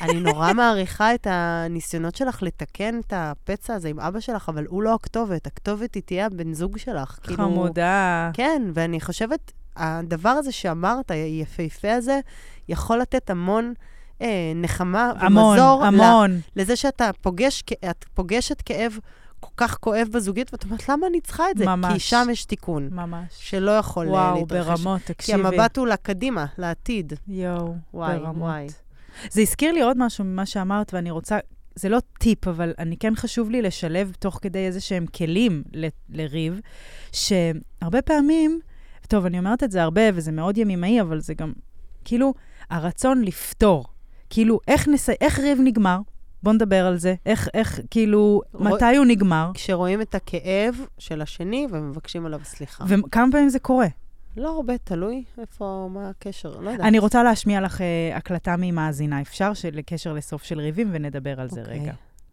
[SPEAKER 5] אני נורא מעריכה את הניסיונות שלך לתקן את הפצע הזה עם אבא שלך, אבל הוא לא הכתובת, הכתובת היא תהיה הבן זוג שלך. כאילו,
[SPEAKER 4] חמודה.
[SPEAKER 5] כן, ואני חושבת, הדבר הזה שאמרת, היפהפה הזה, יכול לתת המון אה, נחמה
[SPEAKER 4] המון,
[SPEAKER 5] ומזור
[SPEAKER 4] המון.
[SPEAKER 5] ל- לזה שאתה פוגש, כ- את פוגשת כאב כל כך כואב בזוגית, ואת אומרת, למה אני צריכה את זה? כי
[SPEAKER 4] ממש.
[SPEAKER 5] שם יש תיקון,
[SPEAKER 4] ממש.
[SPEAKER 5] שלא יכול אה,
[SPEAKER 4] וואו,
[SPEAKER 5] להתרחש.
[SPEAKER 4] ברמות,
[SPEAKER 5] כי
[SPEAKER 4] תקשיבי.
[SPEAKER 5] המבט הוא לקדימה, לעתיד.
[SPEAKER 4] יואו,
[SPEAKER 5] וואי,
[SPEAKER 4] ברמות.
[SPEAKER 5] וואי.
[SPEAKER 4] זה הזכיר לי עוד משהו ממה שאמרת, ואני רוצה, זה לא טיפ, אבל אני כן חשוב לי לשלב תוך כדי איזה שהם כלים ל- לריב, שהרבה פעמים, טוב, אני אומרת את זה הרבה, וזה מאוד ימימאי, אבל זה גם, כאילו, הרצון לפתור. כאילו, איך, נס... איך ריב נגמר? בוא נדבר על זה. איך, איך, כאילו,
[SPEAKER 5] רוא-
[SPEAKER 4] מתי הוא נגמר?
[SPEAKER 5] כשרואים את הכאב של השני ומבקשים עליו סליחה.
[SPEAKER 4] וכמה פעמים זה קורה?
[SPEAKER 5] לא הרבה, תלוי איפה, מה הקשר, לא יודעת.
[SPEAKER 4] אני רוצה להשמיע לך אה, הקלטה ממאזינה, אפשר? של קשר לסוף של ריבים, ונדבר על זה
[SPEAKER 5] אוקיי.
[SPEAKER 4] רגע.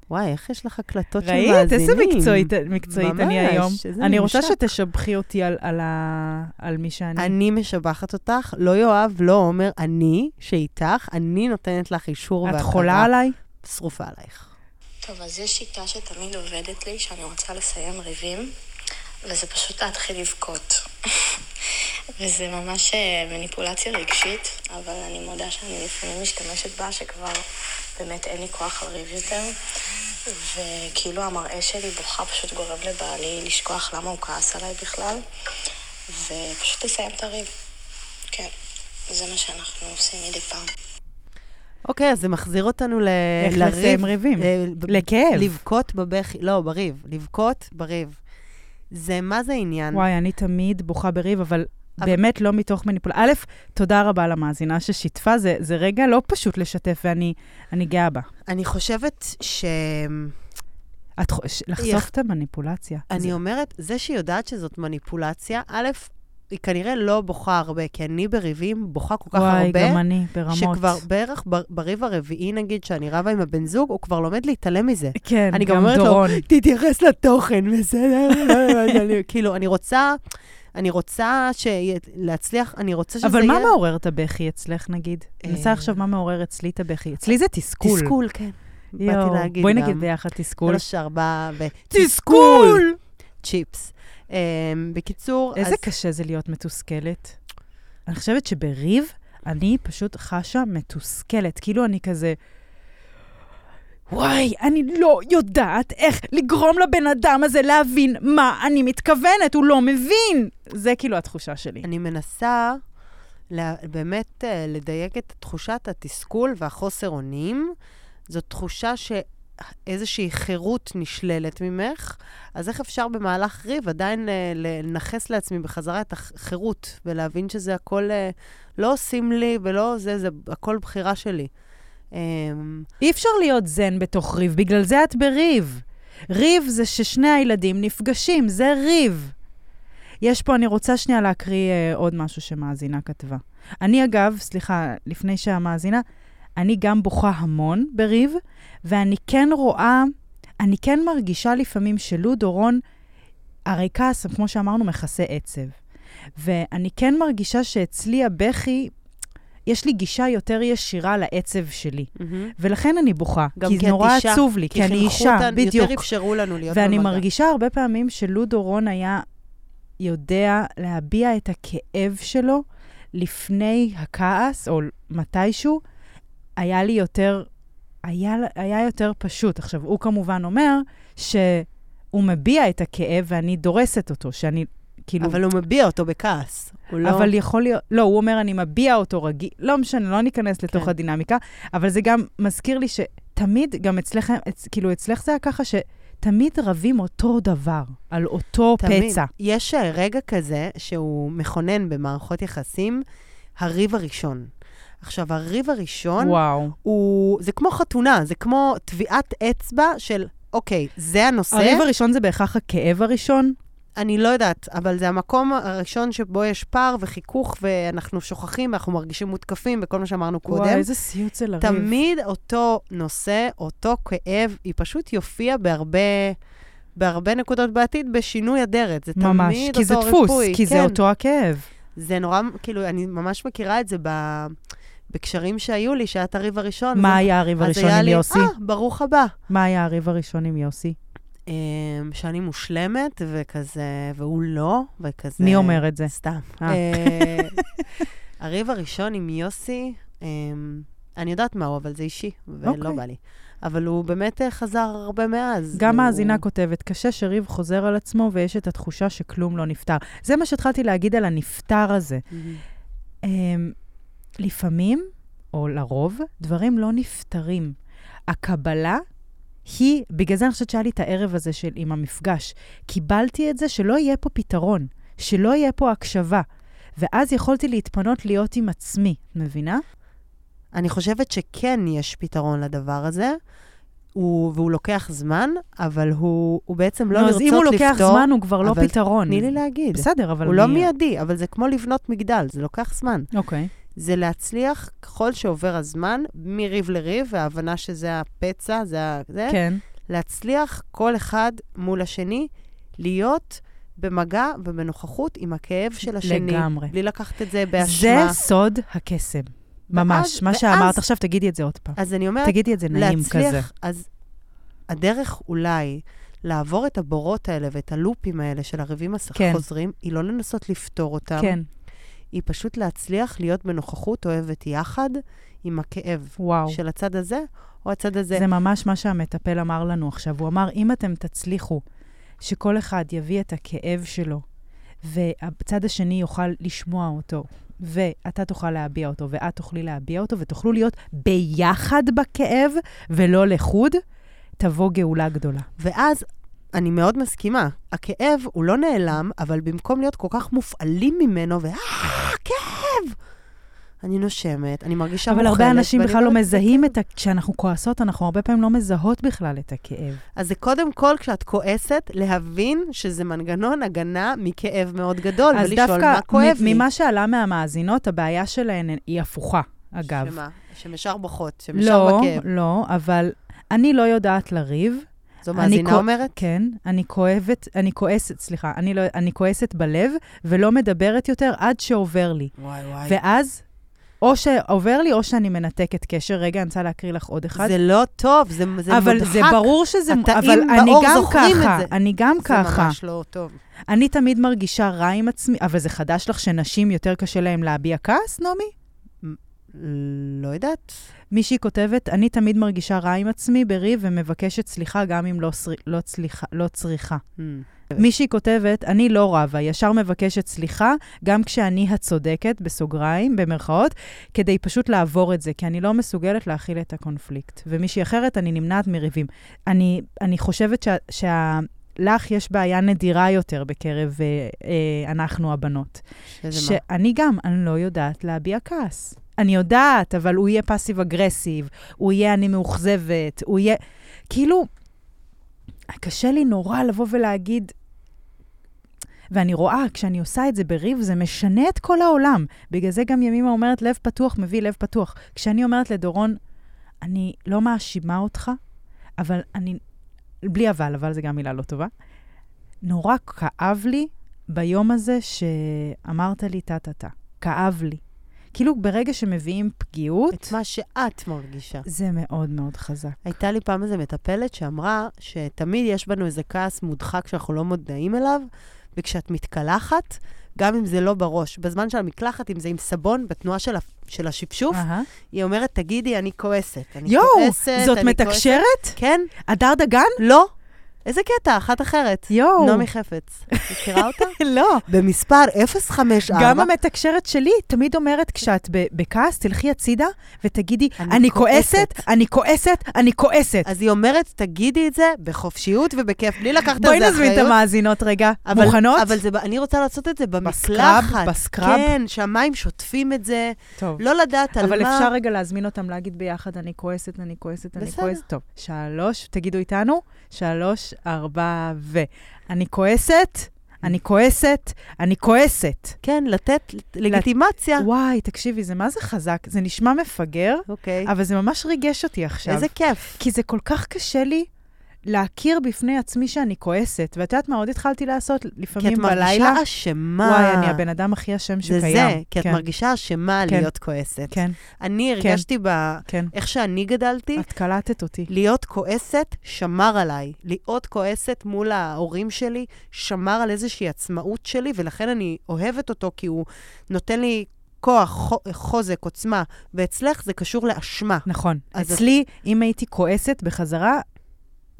[SPEAKER 5] וואי, איך יש לך הקלטות של מאזינים?
[SPEAKER 4] ראית? איזה מקצועית, מקצועית
[SPEAKER 5] ממש,
[SPEAKER 4] אני היום.
[SPEAKER 5] איזה
[SPEAKER 4] אני רוצה
[SPEAKER 5] ממשק.
[SPEAKER 4] שתשבחי אותי על, על, ה, על מי שאני.
[SPEAKER 5] אני משבחת אותך, לא יואב, לא עומר, אני שאיתך, אני נותנת לך אישור
[SPEAKER 4] את חולה עליי?
[SPEAKER 5] שרופה עלייך.
[SPEAKER 6] טוב, אז יש שיטה שתמיד עובדת לי, שאני רוצה לסיים ריבים, וזה פשוט להתחיל לבכות. וזה ממש אה, מניפולציה רגשית, אבל אני מודה שאני לפעמים משתמשת בה, שכבר באמת אין לי כוח לריב יותר. וכאילו המראה שלי בוכה פשוט גורם לבעלי לשכוח למה הוא כעס עליי בכלל, ופשוט לסיים את הריב. כן, זה מה שאנחנו עושים מדי פעם.
[SPEAKER 5] אוקיי, אז זה מחזיר אותנו ל...
[SPEAKER 4] איך
[SPEAKER 5] לריב.
[SPEAKER 4] לסיים ריבים?
[SPEAKER 5] אה, ב-
[SPEAKER 4] לכאב.
[SPEAKER 5] לבכות בבכי, לא, בריב. לבכות בריב. זה, מה זה עניין?
[SPEAKER 4] וואי, אני תמיד בוכה בריב, אבל... באמת לא מתוך מניפולציה. א', תודה רבה למאזינה ששיתפה, זה, זה רגע לא פשוט לשתף, ואני אני גאה בה.
[SPEAKER 5] אני חושבת ש...
[SPEAKER 4] את, חו- ש- לחשוף
[SPEAKER 5] יח-
[SPEAKER 4] את המניפולציה.
[SPEAKER 5] אני
[SPEAKER 4] זה,
[SPEAKER 5] אומרת, זה שהיא יודעת שזאת מניפולציה, א', היא כנראה לא בוכה הרבה, כי אני בריבים בוכה כל כך
[SPEAKER 4] וואי,
[SPEAKER 5] הרבה.
[SPEAKER 4] גם אני, ברמות.
[SPEAKER 5] שכבר בערך ב- בריב הרביעי, נגיד, שאני רבה עם הבן זוג, הוא כבר לומד להתעלם מזה.
[SPEAKER 4] כן,
[SPEAKER 5] אני גם
[SPEAKER 4] גם
[SPEAKER 5] אומרת לו,
[SPEAKER 4] דורון.
[SPEAKER 5] תתייחס לתוכן, בסדר? לא, לא, לא, לא. כאילו, אני רוצה, אני רוצה שיה- להצליח, אני רוצה שזה
[SPEAKER 4] אבל
[SPEAKER 5] יהיה...
[SPEAKER 4] מה מעורר את הבכי אצלך, נגיד?
[SPEAKER 5] אה,
[SPEAKER 4] ננסה עכשיו מה מעורר אצלי את הבכי. אצלי זה תסכול.
[SPEAKER 5] תסכול, כן.
[SPEAKER 4] יואו,
[SPEAKER 5] באתי להגיד
[SPEAKER 4] בואי
[SPEAKER 5] גם.
[SPEAKER 4] נגיד ביחד תסכול.
[SPEAKER 5] כל השאר בא ב...
[SPEAKER 4] לא- תסכול!
[SPEAKER 5] צ'יפס. אמ, בקיצור,
[SPEAKER 4] איזה
[SPEAKER 5] אז-
[SPEAKER 4] קשה זה להיות מתוסכלת. אני חושבת שבריב, אני פשוט חשה מתוסכלת. כאילו אני כזה... וואי, אני לא יודעת איך לגרום לבן אדם הזה להבין מה אני מתכוונת, הוא לא מבין. זה כאילו התחושה שלי.
[SPEAKER 5] אני מנסה לה, באמת אה, לדייק את תחושת התסכול והחוסר אונים. זו תחושה שאיזושהי חירות נשללת ממך, אז איך אפשר במהלך ריב עדיין אה, לנכס לעצמי בחזרה את החירות ולהבין שזה הכל אה, לא עושים לי ולא זה, זה הכל בחירה שלי. אמ,
[SPEAKER 4] אי אפשר להיות זן בתוך ריב, בגלל זה את בריב. ריב זה ששני הילדים נפגשים, זה ריב. יש פה, אני רוצה שנייה להקריא אה, עוד משהו שמאזינה כתבה. אני אגב, סליחה, לפני שהמאזינה, אני גם בוכה המון בריב, ואני כן רואה, אני כן מרגישה לפעמים שלו דורון, הרי כעס, כמו שאמרנו, מכסה עצב. ואני כן מרגישה שאצלי הבכי, יש לי גישה יותר ישירה לעצב שלי. ולכן אני בוכה.
[SPEAKER 5] גם
[SPEAKER 4] כי
[SPEAKER 5] כי
[SPEAKER 4] זה
[SPEAKER 5] את
[SPEAKER 4] נורא
[SPEAKER 5] אישה,
[SPEAKER 4] עצוב לי, כי אני
[SPEAKER 5] חינכו
[SPEAKER 4] אישה,
[SPEAKER 5] אותן-
[SPEAKER 4] בדיוק.
[SPEAKER 5] יותר אפשרו לנו להיות
[SPEAKER 4] ואני
[SPEAKER 5] במגע.
[SPEAKER 4] מרגישה הרבה פעמים שלו דורון היה יודע להביע את הכאב שלו לפני הכעס, או מתישהו. היה לי יותר, היה, היה יותר פשוט. עכשיו, הוא כמובן אומר שהוא מביע את הכאב ואני דורסת אותו, שאני, כאילו...
[SPEAKER 5] אבל הוא מביע אותו בכעס. הוא לא...
[SPEAKER 4] אבל יכול להיות, לא, הוא אומר, אני מביע אותו רגיל, לא משנה, לא ניכנס לתוך
[SPEAKER 5] כן.
[SPEAKER 4] הדינמיקה, אבל זה גם מזכיר לי שתמיד, גם אצלך, אצ, כאילו, אצלך זה היה ככה שתמיד רבים אותו דבר, על אותו
[SPEAKER 5] תמיד.
[SPEAKER 4] פצע.
[SPEAKER 5] יש אה, רגע כזה שהוא מכונן במערכות יחסים, הריב הראשון. עכשיו, הריב הראשון
[SPEAKER 4] וואו.
[SPEAKER 5] הוא... זה כמו חתונה, זה כמו טביעת אצבע של, אוקיי, זה הנושא.
[SPEAKER 4] הריב הראשון זה בהכרח הכאב הראשון?
[SPEAKER 5] אני לא יודעת, אבל זה המקום הראשון שבו יש פער וחיכוך, ואנחנו שוכחים, ואנחנו מרגישים מותקפים, וכל מה שאמרנו קודם.
[SPEAKER 4] וואי, איזה סיוט אל הריב.
[SPEAKER 5] תמיד אותו נושא, אותו כאב, היא פשוט יופיע בהרבה, בהרבה נקודות בעתיד בשינוי אדרת. זה
[SPEAKER 4] ממש,
[SPEAKER 5] תמיד
[SPEAKER 4] כי זה
[SPEAKER 5] אותו
[SPEAKER 4] דפוס,
[SPEAKER 5] ריפוי.
[SPEAKER 4] כי זה
[SPEAKER 5] כן.
[SPEAKER 4] אותו הכאב.
[SPEAKER 5] זה נורא, כאילו, אני ממש מכירה את זה ב... בקשרים שהיו לי, שהיה את הריב הראשון.
[SPEAKER 4] מה
[SPEAKER 5] אז-
[SPEAKER 4] היה הריב
[SPEAKER 5] נכון, אז
[SPEAKER 4] הראשון
[SPEAKER 5] היה
[SPEAKER 4] עם
[SPEAKER 5] לי,
[SPEAKER 4] יוסי?
[SPEAKER 5] אה, ברוך הבא.
[SPEAKER 4] מה היה הריב הראשון עם יוסי?
[SPEAKER 5] אמ, שאני מושלמת, וכזה, והוא לא, וכזה...
[SPEAKER 4] מי אומר את זה?
[SPEAKER 5] סתם.
[SPEAKER 4] אה.
[SPEAKER 5] אה, הריב הראשון עם יוסי, אמ, אני יודעת מה הוא, אבל זה אישי, ולא
[SPEAKER 4] אוקיי.
[SPEAKER 5] בא לי. אבל הוא באמת אה, חזר הרבה מאז.
[SPEAKER 4] גם
[SPEAKER 5] הוא-
[SPEAKER 4] מאזינה כותבת, קשה שריב חוזר על עצמו ויש את התחושה שכלום לא נפתר. זה מה שהתחלתי להגיד על הנפתר הזה.
[SPEAKER 5] מהמם. Mm-hmm.
[SPEAKER 4] אמ, לפעמים, או לרוב, דברים לא נפתרים. הקבלה היא, בגלל זה אני חושבת שהיה לי את הערב הזה של, עם המפגש. קיבלתי את זה שלא יהיה פה פתרון, שלא יהיה פה הקשבה. ואז יכולתי להתפנות להיות עם עצמי, את מבינה?
[SPEAKER 5] אני חושבת שכן יש פתרון לדבר הזה, הוא, והוא לוקח זמן, אבל הוא, הוא בעצם לא
[SPEAKER 4] נו,
[SPEAKER 5] לרצות
[SPEAKER 4] אז
[SPEAKER 5] לפתור.
[SPEAKER 4] אם הוא לוקח זמן, הוא כבר לא
[SPEAKER 5] אבל
[SPEAKER 4] פתרון.
[SPEAKER 5] תני לי להגיד.
[SPEAKER 4] בסדר, אבל
[SPEAKER 5] הוא לא
[SPEAKER 4] אני-
[SPEAKER 5] מיידי, אבל זה כמו לבנות מגדל, זה לוקח זמן.
[SPEAKER 4] אוקיי.
[SPEAKER 5] זה להצליח ככל שעובר הזמן, מריב לריב, וההבנה שזה הפצע, זה ה... זה,
[SPEAKER 4] כן.
[SPEAKER 5] להצליח כל אחד מול השני להיות במגע ובנוכחות עם הכאב של השני.
[SPEAKER 4] לגמרי.
[SPEAKER 5] בלי לקחת את זה
[SPEAKER 4] זה
[SPEAKER 5] באשמה.
[SPEAKER 4] סוד הקסם. ממש.
[SPEAKER 5] ואז-
[SPEAKER 4] מה
[SPEAKER 5] ואז-
[SPEAKER 4] שאמרת עכשיו, תגידי את זה עוד פעם.
[SPEAKER 5] אז אני אומרת,
[SPEAKER 4] תגידי את זה נעים כזה.
[SPEAKER 5] להצליח, אז הדרך אולי לעבור את הבורות האלה ואת הלופים האלה של הריבים
[SPEAKER 4] כן.
[SPEAKER 5] החוזרים, היא לא לנסות לפתור אותם,
[SPEAKER 4] כן,
[SPEAKER 5] היא פשוט להצליח להיות בנוכחות אוהבת יחד עם הכאב
[SPEAKER 4] וואו.
[SPEAKER 5] של הצד הזה או הצד הזה.
[SPEAKER 4] זה ממש מה שהמטפל אמר לנו עכשיו. הוא אמר, אם אתם תצליחו שכל אחד יביא את הכאב שלו, והצד השני יוכל לשמוע אותו, ואתה תוכל להביע אותו, ואת תוכלי להביע אותו, ותוכלו להיות ביחד בכאב ולא לחוד, תבוא גאולה גדולה.
[SPEAKER 5] ואז אני מאוד מסכימה, הכאב הוא לא נעלם, אבל במקום להיות כל כך מופעלים ממנו, ואה, כאב! אני נושמת, אני מרגישה
[SPEAKER 4] אבל
[SPEAKER 5] מוכלת.
[SPEAKER 4] הרבה אנשים
[SPEAKER 5] ואני
[SPEAKER 4] בכלל לא
[SPEAKER 5] אומרת, כאילו-
[SPEAKER 4] מזהים את ה... כשאנחנו כועסות, אנחנו הרבה פעמים לא מזהות בכלל את הכאב.
[SPEAKER 5] אז זה קודם כל, כשאת כועסת, להבין שזה מנגנון הגנה מכאב מאוד גדול,
[SPEAKER 4] אז
[SPEAKER 5] ולשאול
[SPEAKER 4] דווקא
[SPEAKER 5] מה כואב
[SPEAKER 4] מ-
[SPEAKER 5] לי.
[SPEAKER 4] ממה שעלה מהמאזינות, הבעיה שלהן היא הפוכה, אגב.
[SPEAKER 5] שמה? שמשאר בוכות, שמשאר
[SPEAKER 4] לא,
[SPEAKER 5] בכאב.
[SPEAKER 4] לא, אבל אני לא יודעת לריב.
[SPEAKER 5] זו
[SPEAKER 4] אני
[SPEAKER 5] לא מאזינה
[SPEAKER 4] כוע-
[SPEAKER 5] אומרת?
[SPEAKER 4] כן, אני כואבת, אני כועסת, סליחה, אני, לא, אני כועסת בלב ולא מדברת יותר עד שעובר לי.
[SPEAKER 5] וואי וואי.
[SPEAKER 4] ואז, או שעובר לי או שאני מנתקת קשר. רגע, אני רוצה להקריא לך עוד אחד.
[SPEAKER 5] זה לא טוב, זה מודחק.
[SPEAKER 4] אבל זה ברור שזה...
[SPEAKER 5] התאים
[SPEAKER 4] אבל אני
[SPEAKER 5] בעור
[SPEAKER 4] גם
[SPEAKER 5] זוכרים את
[SPEAKER 4] ככה,
[SPEAKER 5] זה.
[SPEAKER 4] אני גם
[SPEAKER 5] זה
[SPEAKER 4] ככה.
[SPEAKER 5] ממש לא טוב.
[SPEAKER 4] אני תמיד מרגישה רע עם עצמי, אבל זה חדש לך שנשים יותר קשה להן להביע כעס, נעמי?
[SPEAKER 5] לא יודעת.
[SPEAKER 4] מישהי כותבת, אני תמיד מרגישה רע עם עצמי בריב ומבקשת סליחה גם אם לא, סר... לא, צליחה, לא צריכה. מישהי כותבת, אני לא רבה, ישר מבקשת סליחה, גם כשאני הצודקת, בסוגריים, במרכאות, כדי פשוט לעבור את זה, כי אני לא מסוגלת להכיל את הקונפליקט. ומישהי אחרת, אני נמנעת מריבים. אני, אני חושבת שה... שה... לך יש בעיה נדירה יותר בקרב אה, אה, אנחנו הבנות.
[SPEAKER 5] שזה מה?
[SPEAKER 4] שאני גם, אני לא יודעת להביע כעס. אני יודעת, אבל הוא יהיה פאסיב אגרסיב, הוא יהיה אני מאוכזבת, הוא יהיה... כאילו, קשה לי נורא לבוא ולהגיד... ואני רואה, כשאני עושה את זה בריב, זה משנה את כל העולם. בגלל זה גם ימימה אומרת, לב פתוח מביא לב פתוח. כשאני אומרת לדורון, אני לא מאשימה אותך, אבל אני... בלי אבל, אבל זה גם מילה לא טובה. נורא כאב לי ביום הזה שאמרת לי טה-טה-טה. כאב לי. כאילו, ברגע שמביאים פגיעות,
[SPEAKER 5] את מה שאת מרגישה.
[SPEAKER 4] זה מאוד מאוד חזק.
[SPEAKER 5] הייתה לי פעם איזו מטפלת שאמרה שתמיד יש בנו איזה כעס מודחק שאנחנו לא מודעים אליו, וכשאת מתקלחת, גם אם זה לא בראש. בזמן של המקלחת, אם זה עם סבון, בתנועה של, ה- של השפשוף,
[SPEAKER 4] אהה.
[SPEAKER 5] היא אומרת, תגידי, אני כועסת. אני
[SPEAKER 4] אה. יואו,
[SPEAKER 5] כועסת,
[SPEAKER 4] זאת
[SPEAKER 5] אני
[SPEAKER 4] מתקשרת?
[SPEAKER 5] כועסת. כן?
[SPEAKER 4] הדר דגן?
[SPEAKER 5] לא. איזה קטע, אחת אחרת.
[SPEAKER 4] יואו.
[SPEAKER 5] נעמי חפץ. מכירה אותה?
[SPEAKER 4] לא.
[SPEAKER 5] במספר 054.
[SPEAKER 4] גם המתקשרת שלי תמיד אומרת, כשאת ב- בכעס, תלכי הצידה ותגידי, אני כועסת, אני כועסת, אני כועסת.
[SPEAKER 5] אז היא אומרת, תגידי את זה בחופשיות ובכיף, בלי לקחת על זה
[SPEAKER 4] בואי
[SPEAKER 5] אחריות.
[SPEAKER 4] נזמין את המאזינות רגע.
[SPEAKER 5] אבל-
[SPEAKER 4] מוכנות?
[SPEAKER 5] אבל זה, ב- אני רוצה לעשות את זה
[SPEAKER 4] בסקראב,
[SPEAKER 5] במקלחת.
[SPEAKER 4] בסקראב.
[SPEAKER 5] כן, שהמים שוטפים את זה,
[SPEAKER 4] טוב.
[SPEAKER 5] לא לדעת על מה.
[SPEAKER 4] אבל אפשר רגע להזמין אותם להגיד ביחד, אני כועסת, אני כועסת, אני
[SPEAKER 5] בסדר.
[SPEAKER 4] כועסת. טוב, שלוש, תגידו איתנו, שלוש, ארבע, ו... אני כועסת, אני כועסת, אני כועסת.
[SPEAKER 5] כן, לתת לגיטימציה.
[SPEAKER 4] וואי, תקשיבי, זה מה זה חזק? זה נשמע מפגר,
[SPEAKER 5] אוקיי.
[SPEAKER 4] אבל זה ממש ריגש אותי עכשיו.
[SPEAKER 5] איזה כיף.
[SPEAKER 4] כי זה כל כך קשה לי להכיר בפני עצמי שאני כועסת. ואת יודעת מה עוד התחלתי לעשות?
[SPEAKER 5] כי
[SPEAKER 4] לפעמים
[SPEAKER 5] את
[SPEAKER 4] בלילה...
[SPEAKER 5] מרגישה אשמה.
[SPEAKER 4] וואי, אני הבן אדם הכי אשם
[SPEAKER 5] זה
[SPEAKER 4] שקיים.
[SPEAKER 5] זה, כי את
[SPEAKER 4] כן,
[SPEAKER 5] מרגישה אשמה
[SPEAKER 4] כן.
[SPEAKER 5] להיות כועסת.
[SPEAKER 4] כן,
[SPEAKER 5] אני
[SPEAKER 4] כן.
[SPEAKER 5] הרגשתי ב...
[SPEAKER 4] כן.
[SPEAKER 5] איך שאני גדלתי,
[SPEAKER 4] את קלטת אותי.
[SPEAKER 5] להיות כועסת שמר עליי. להיות כועסת מול ההורים שלי שמר על איזושהי עצמאות שלי, ולכן אני אוהבת אותו, כי הוא נותן לי כוח, חו- חוזק, עוצמה. ואצלך זה קשור לאשמה.
[SPEAKER 4] נכון.
[SPEAKER 5] אז
[SPEAKER 4] אצלי, אם הייתי כועסת בחזרה,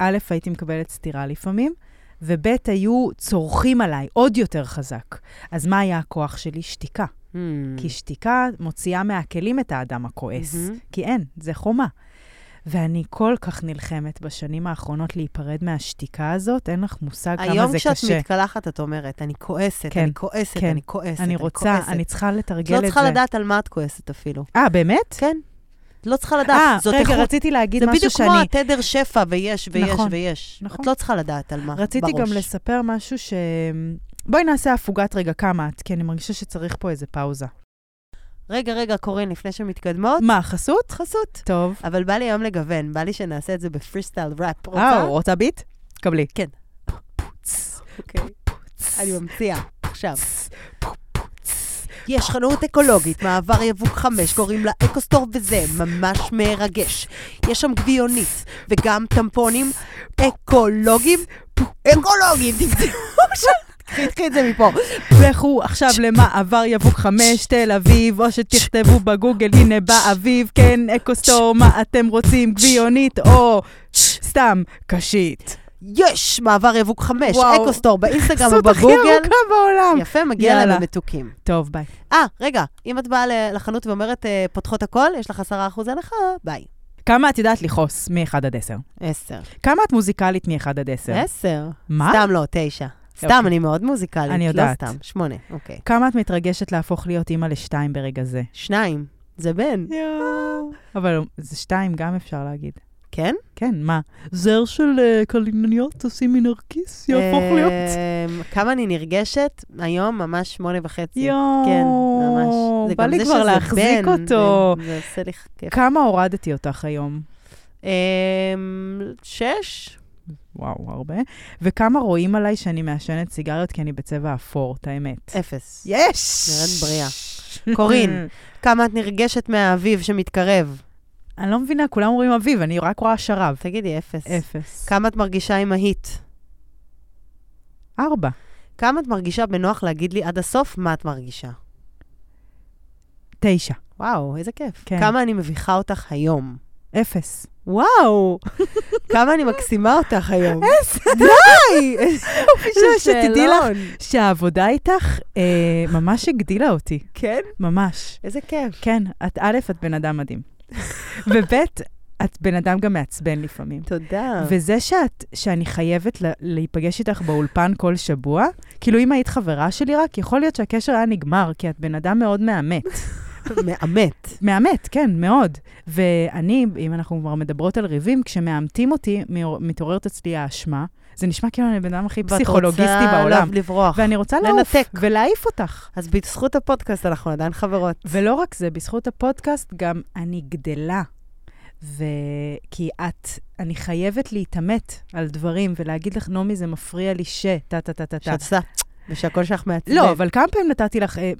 [SPEAKER 4] א', הייתי מקבלת סטירה לפעמים, וב', היו צורכים עליי עוד יותר חזק. אז מה היה הכוח שלי? שתיקה.
[SPEAKER 5] Mm. Hmm.
[SPEAKER 4] כי שתיקה מוציאה מהכלים את האדם הכועס,
[SPEAKER 5] מהמם.
[SPEAKER 4] כי אין, זה חומה. ואני כל כך נלחמת בשנים האחרונות להיפרד מהשתיקה הזאת, אין לך מושג כמה
[SPEAKER 5] היום
[SPEAKER 4] זה
[SPEAKER 5] כשאת
[SPEAKER 4] קשה.
[SPEAKER 5] מתקלחת, את אומרת, אני כועסת,
[SPEAKER 4] כן,
[SPEAKER 5] אני כועסת,
[SPEAKER 4] כן.
[SPEAKER 5] אני כועסת,
[SPEAKER 4] אני רוצה,
[SPEAKER 5] כועסת."
[SPEAKER 4] אני צריכה לתרגל את
[SPEAKER 5] את
[SPEAKER 4] זה.
[SPEAKER 5] לא צריכה לדעת על מה את כועסת אפילו.
[SPEAKER 4] אה, באמת?
[SPEAKER 5] כן. את לא צריכה
[SPEAKER 4] אה,
[SPEAKER 5] לדעת, זאת
[SPEAKER 4] רגע,
[SPEAKER 5] איכות.
[SPEAKER 4] רציתי להגיד
[SPEAKER 5] זה
[SPEAKER 4] משהו
[SPEAKER 5] בדיוק
[SPEAKER 4] שאני...
[SPEAKER 5] כמו התדר שפע ויש ויש
[SPEAKER 4] נכון,
[SPEAKER 5] ויש.
[SPEAKER 4] נכון.
[SPEAKER 5] את לא צריכה לדעת על מה בראש.
[SPEAKER 4] רציתי גם לספר משהו ש... בואי נעשה הפוגת רגע כמה את, כי אני מרגישה שצריך פה איזה פאוזה.
[SPEAKER 5] רגע, רגע, קורין, לפני שמתקדמות,
[SPEAKER 4] מה, חסות?
[SPEAKER 5] חסות.
[SPEAKER 4] טוב.
[SPEAKER 5] אבל בא לי היום לגוון, בא לי שנעשה את זה בפרי סטייל ראפ.
[SPEAKER 4] אה,
[SPEAKER 5] רוצה?
[SPEAKER 4] רוצה ביט? קבלי.
[SPEAKER 5] כן. אוקיי. אני ממציאה, עכשיו. יש חנות אקולוגית, מעבר יבוא חמש, קוראים לה אקוסטור וזה ממש מרגש. יש שם גביונית וגם טמפונים אקולוגיים, אקולוגיים, תמצאו שם. קחי, קחי את זה מפה.
[SPEAKER 4] לכו עכשיו למעבר יבוק 5 תל אביב, או שתכתבו בגוגל, הנה בא אביב, כן, אקוסטור, מה אתם רוצים, גביונית או סתם קשית.
[SPEAKER 5] יש מעבר יבוק חמש,
[SPEAKER 4] וואו.
[SPEAKER 5] אקוסטור באינסטגרם
[SPEAKER 4] חסות הכי
[SPEAKER 5] ובגוגל.
[SPEAKER 4] ארוכה בעולם.
[SPEAKER 5] יפה, מגיע
[SPEAKER 4] יאללה.
[SPEAKER 5] לנו מתוקים.
[SPEAKER 4] טוב, ביי.
[SPEAKER 5] אה, רגע, אם את באה ל- לחנות ואומרת, אה, פותחות הכל, יש לך עשרה אחוז הנחה, ביי.
[SPEAKER 4] כמה את יודעת לכעוס מ-1 עד 10?
[SPEAKER 5] עשר.
[SPEAKER 4] כמה את מוזיקלית מ-1 עד 10?
[SPEAKER 5] עשר?
[SPEAKER 4] מה? אוקיי.
[SPEAKER 5] סתם לא, תשע. סתם, אני מאוד מוזיקלית.
[SPEAKER 4] אני יודעת.
[SPEAKER 5] לא סתם, שמונה, אוקיי.
[SPEAKER 4] כמה את מתרגשת להפוך להיות אימא לשתיים ברגע זה?
[SPEAKER 5] שניים, זה בן.
[SPEAKER 4] אבל זה שתיים גם אפשר להגיד.
[SPEAKER 5] כן?
[SPEAKER 4] כן, מה? זר של אה, קלינניות עושים מן הרקיס, יהפוך
[SPEAKER 5] אה,
[SPEAKER 4] להיות.
[SPEAKER 5] כמה אני נרגשת, היום ממש שמונה וחצי.
[SPEAKER 4] יואו,
[SPEAKER 5] כן, ממש. זה
[SPEAKER 4] בא
[SPEAKER 5] גם
[SPEAKER 4] לי
[SPEAKER 5] זה
[SPEAKER 4] כבר
[SPEAKER 5] שזה
[SPEAKER 4] להחזיק
[SPEAKER 5] בן,
[SPEAKER 4] אותו.
[SPEAKER 5] זה- זה עושה לי כיף.
[SPEAKER 4] כמה הורדתי אותך היום?
[SPEAKER 5] אמ, שש?
[SPEAKER 4] וואו, הרבה. וכמה רואים עליי שאני מעשנת סיגריות כי אני בצבע אפור, את האמת. אה,
[SPEAKER 5] אפס.
[SPEAKER 4] יש!
[SPEAKER 5] נראית בריאה. אה, קורין, כמה את נרגשת מהאביב שמתקרב?
[SPEAKER 4] אני לא מבינה, כולם אומרים אביב, אני רק רואה שרב.
[SPEAKER 5] תגידי, אפס.
[SPEAKER 4] אפס.
[SPEAKER 5] כמה את מרגישה עם ההיט?
[SPEAKER 4] ארבע.
[SPEAKER 5] כמה את מרגישה בנוח להגיד לי עד הסוף מה את מרגישה?
[SPEAKER 4] תשע.
[SPEAKER 5] וואו, איזה כיף.
[SPEAKER 4] כן.
[SPEAKER 5] כמה אני מביכה אותך היום.
[SPEAKER 4] אפס.
[SPEAKER 5] וואו, כמה אני מקסימה אותך היום. די!
[SPEAKER 4] לא, שתדעי לך שהעבודה איתך אה, ממש הגדילה אותי.
[SPEAKER 5] כן?
[SPEAKER 4] ממש.
[SPEAKER 5] איזה כיף.
[SPEAKER 4] כן, את א', את בן אדם מדהים. וב', את בן אדם גם מעצבן לפעמים.
[SPEAKER 5] תודה.
[SPEAKER 4] וזה שאת, שאני חייבת לה, להיפגש איתך באולפן כל שבוע, כאילו אם היית חברה שלי רק, יכול להיות שהקשר היה נגמר, כי את בן אדם מאוד מאמת.
[SPEAKER 5] מאמת.
[SPEAKER 4] מאמת, כן, מאוד. ואני, אם אנחנו כבר מדברות על ריבים, כשמאמתים אותי, מאור- מתעוררת אצלי האשמה. זה נשמע כאילו אני בן אדם הכי פסיכולוגיסטי בעולם.
[SPEAKER 5] ואת רוצה לברוח.
[SPEAKER 4] ואני רוצה לעוף
[SPEAKER 5] לנתק.
[SPEAKER 4] ולהעיף אותך.
[SPEAKER 5] אז בזכות הפודקאסט אנחנו עדיין חברות.
[SPEAKER 4] ולא רק זה, בזכות הפודקאסט גם אני גדלה. וכי את, אני חייבת להתעמת על דברים ולהגיד לך, נעמי, זה מפריע לי ש... טה טה טה טה טה.
[SPEAKER 5] שאת עושה ושהקול שלך מעצבן.
[SPEAKER 4] לא, אבל כמה פעמים נתתי לך, אה,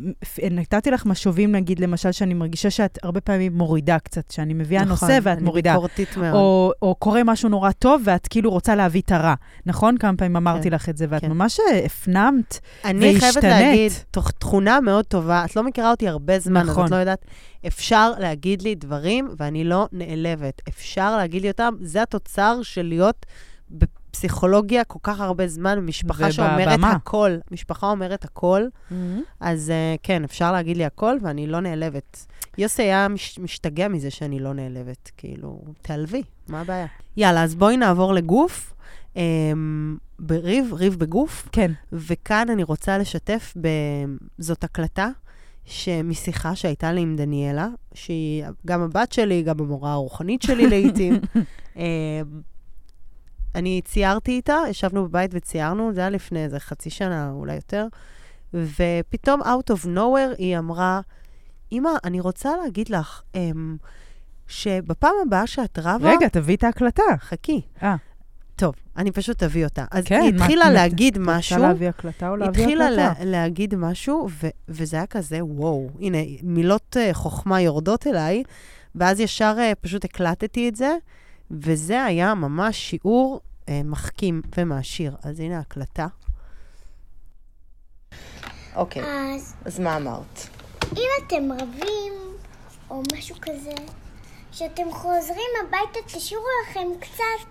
[SPEAKER 4] אה, נתתי לך משובים, נגיד, למשל, שאני מרגישה שאת הרבה פעמים מורידה קצת, שאני מביאה
[SPEAKER 5] נכון,
[SPEAKER 4] נושא ואת מורידה.
[SPEAKER 5] אני ביקורתית מאוד.
[SPEAKER 4] או, או קורה משהו נורא טוב, ואת כאילו רוצה להביא את הרע. נכון? כמה פעמים אמרתי
[SPEAKER 5] כן,
[SPEAKER 4] לך את זה, ואת
[SPEAKER 5] כן.
[SPEAKER 4] ממש אה, הפנמת.
[SPEAKER 5] אני חייבת
[SPEAKER 4] והשתנית.
[SPEAKER 5] להגיד, תוך תכונה מאוד טובה, את לא מכירה אותי הרבה זמן, אז
[SPEAKER 4] נכון.
[SPEAKER 5] את לא יודעת, אפשר להגיד לי דברים ואני לא נעלבת. אפשר להגיד לי אותם, זה התוצר של להיות בפסיכולוגיה כל כך הרבה זמן, משפחה שאומרת
[SPEAKER 4] ובבמה.
[SPEAKER 5] הכל. משפחה אומרת הכל, אז אה, כן, אפשר להגיד לי הכל ואני לא נעלבת. יוסי היה מש- משתגע מזה שאני לא נעלבת, כאילו, תעלבי, מה הבעיה? יאללה, אז בואי נעבור לגוף. אמ, בריב, ריב בגוף.
[SPEAKER 4] כן.
[SPEAKER 5] וכאן אני רוצה לשתף, ב... זאת הקלטה שמשיחה שהייתה לי עם דניאלה, שהיא גם הבת שלי, גם המורה הרוחנית שלי לעיתים. אמ, אני ציירתי איתה, ישבנו בבית וציירנו, זה היה לפני איזה חצי שנה, אולי יותר, ופתאום, out of nowhere, היא אמרה, אמא, אני רוצה להגיד לך, אמ, שבפעם הבאה שאת רבה...
[SPEAKER 4] רגע, תביא את ההקלטה.
[SPEAKER 5] חכי.
[SPEAKER 4] אה.
[SPEAKER 5] טוב, אני פשוט אביא אותה. אז
[SPEAKER 4] כן,
[SPEAKER 5] היא
[SPEAKER 4] מה-
[SPEAKER 5] התחילה
[SPEAKER 4] מה-
[SPEAKER 5] להגיד משהו.
[SPEAKER 4] רוצה להביא הקלטה או להביא
[SPEAKER 5] התחילה לה,
[SPEAKER 4] הקלטה?
[SPEAKER 5] להגיד משהו, ו, וזה היה כזה, וואו, הנה, מילות uh, חוכמה יורדות אליי, ואז ישר uh, פשוט הקלטתי את זה, וזה היה ממש שיעור uh, מחכים ומעשיר. אז הנה ההקלטה. אוקיי,
[SPEAKER 7] אז
[SPEAKER 5] אז מה אמרת?
[SPEAKER 7] אם אתם רבים, או משהו כזה, כשאתם חוזרים הביתה תשאירו לכם קצת,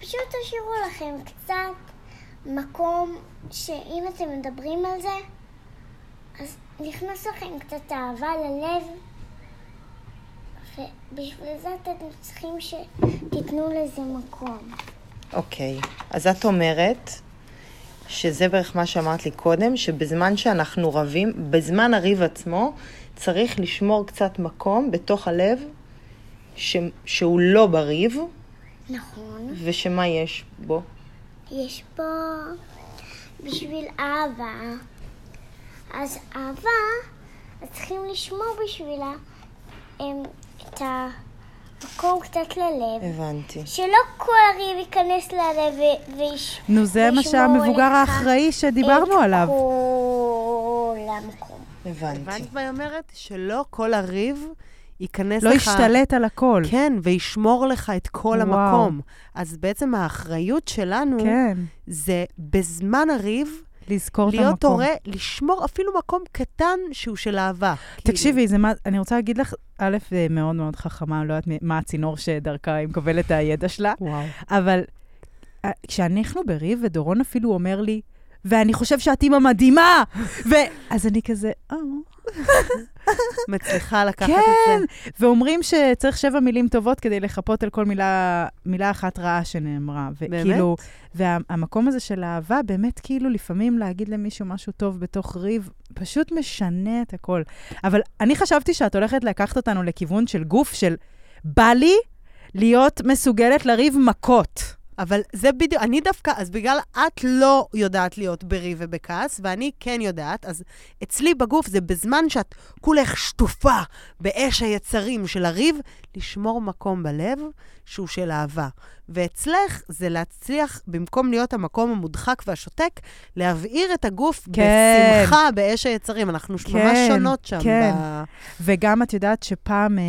[SPEAKER 7] פשוט תשאירו לכם קצת מקום שאם אתם מדברים על זה, אז נכנס לכם קצת אהבה ללב, ובשביל זה אתם צריכים שתיתנו לזה מקום.
[SPEAKER 8] אוקיי, אז את אומרת שזה בערך מה שאמרת לי קודם, שבזמן שאנחנו רבים, בזמן הריב עצמו, צריך לשמור קצת מקום בתוך הלב ש... שהוא לא בריב,
[SPEAKER 7] נכון.
[SPEAKER 8] ושמה יש בו.
[SPEAKER 7] יש פה בשביל אהבה. אז אהבה, אז צריכים לשמור בשבילה הם, את המקום קצת ללב.
[SPEAKER 8] הבנתי.
[SPEAKER 7] שלא כל הריב ייכנס ללב ו- ויש...
[SPEAKER 4] נו, זה מה
[SPEAKER 7] וישמור
[SPEAKER 5] לא
[SPEAKER 4] שהמבוגר
[SPEAKER 7] לך
[SPEAKER 4] האחראי שדיברנו
[SPEAKER 5] אוקיי,
[SPEAKER 7] את
[SPEAKER 4] עליו.
[SPEAKER 7] כל המקום.
[SPEAKER 8] הבנתי.
[SPEAKER 5] הבנת מה היא אומרת? שלא כל הריב ייכנס
[SPEAKER 4] לא
[SPEAKER 5] לך...
[SPEAKER 4] ישתלט על הכל.
[SPEAKER 5] כן, וישמור לך את כל
[SPEAKER 4] וואו.
[SPEAKER 5] המקום. אז בעצם האחריות שלנו
[SPEAKER 4] כן.
[SPEAKER 5] זה בזמן הריב
[SPEAKER 4] לזכור את המקום.
[SPEAKER 5] להיות הורה, לשמור אפילו מקום קטן שהוא של אהבה.
[SPEAKER 4] תקשיבי, זה מה, אני רוצה להגיד לך, א', זה מאוד מאוד חכמה, לא יודעת מ- מה הצינור שדרכה היא מקבלת את הידע שלה,
[SPEAKER 5] כאילו. וואו.
[SPEAKER 4] אבל אה, כשאנחנו בריב, ודורון אפילו אומר לי, ואני חושב שאת אימא מדהימה! ו... אז אני כזה, "אה."
[SPEAKER 5] כאילו, מצליחה לקחת
[SPEAKER 4] כן.
[SPEAKER 5] את זה.
[SPEAKER 4] ואומרים שצריך שבע מילים טובות כדי לחפות על כל מילה, מילה אחת רעה שנאמרה. וכאילו, והמקום הזה של אהבה, באמת כאילו לפעמים להגיד למישהו משהו טוב בתוך ריב, פשוט משנה את הכל. אבל אני חשבתי שאת הולכת לקחת אותנו לכיוון של גוף של בא לי להיות מסוגלת לריב מכות.
[SPEAKER 5] אבל זה בדיוק, אני דווקא, אז בגלל את לא יודעת להיות בריב ובכעס, ואני כן יודעת, אז אצלי בגוף זה בזמן שאת כולך שטופה באש היצרים של הריב, לשמור מקום בלב שהוא של אהבה. ואצלך זה להצליח, במקום להיות המקום המודחק והשותק, להבעיר את הגוף
[SPEAKER 4] כן.
[SPEAKER 5] בשמחה באש היצרים. אנחנו ממש
[SPEAKER 4] כן,
[SPEAKER 5] שונות שם.
[SPEAKER 4] כן.
[SPEAKER 5] ב...
[SPEAKER 4] וגם את יודעת שפעם אה,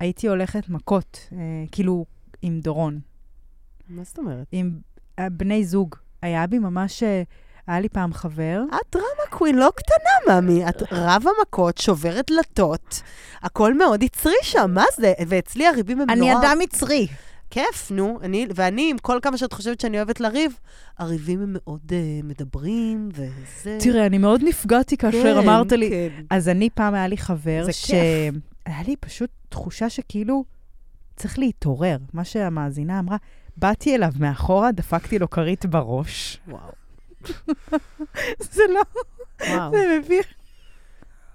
[SPEAKER 4] הייתי הולכת מכות, אה, כאילו עם דורון.
[SPEAKER 5] מה זאת אומרת?
[SPEAKER 4] עם אה, בני זוג. היה בי ממש, אה, היה לי פעם חבר.
[SPEAKER 5] את דרמה קווין לא קטנה, ממי. את רבה מכות, שוברת דלתות. הכל מאוד יצרי שם, מה זה? ואצלי הריבים הם נורא...
[SPEAKER 4] מצרי.
[SPEAKER 5] כיף, נו. אני, ואני, עם כל כמה שאת חושבת שאני אוהבת לריב, הריבים הם מאוד uh, מדברים, וזה...
[SPEAKER 4] תראה, אני מאוד נפגעתי כאשר
[SPEAKER 5] כן,
[SPEAKER 4] אמרת לי...
[SPEAKER 5] כן.
[SPEAKER 4] אז אני, פעם היה לי חבר
[SPEAKER 5] זה
[SPEAKER 4] ש...
[SPEAKER 5] כיף.
[SPEAKER 4] היה לי פשוט תחושה שכאילו צריך להתעורר. מה שהמאזינה אמרה, באתי אליו מאחורה, דפקתי לו כרית בראש.
[SPEAKER 5] וואו,
[SPEAKER 4] זה לא,
[SPEAKER 5] וואו.
[SPEAKER 4] זה מביך.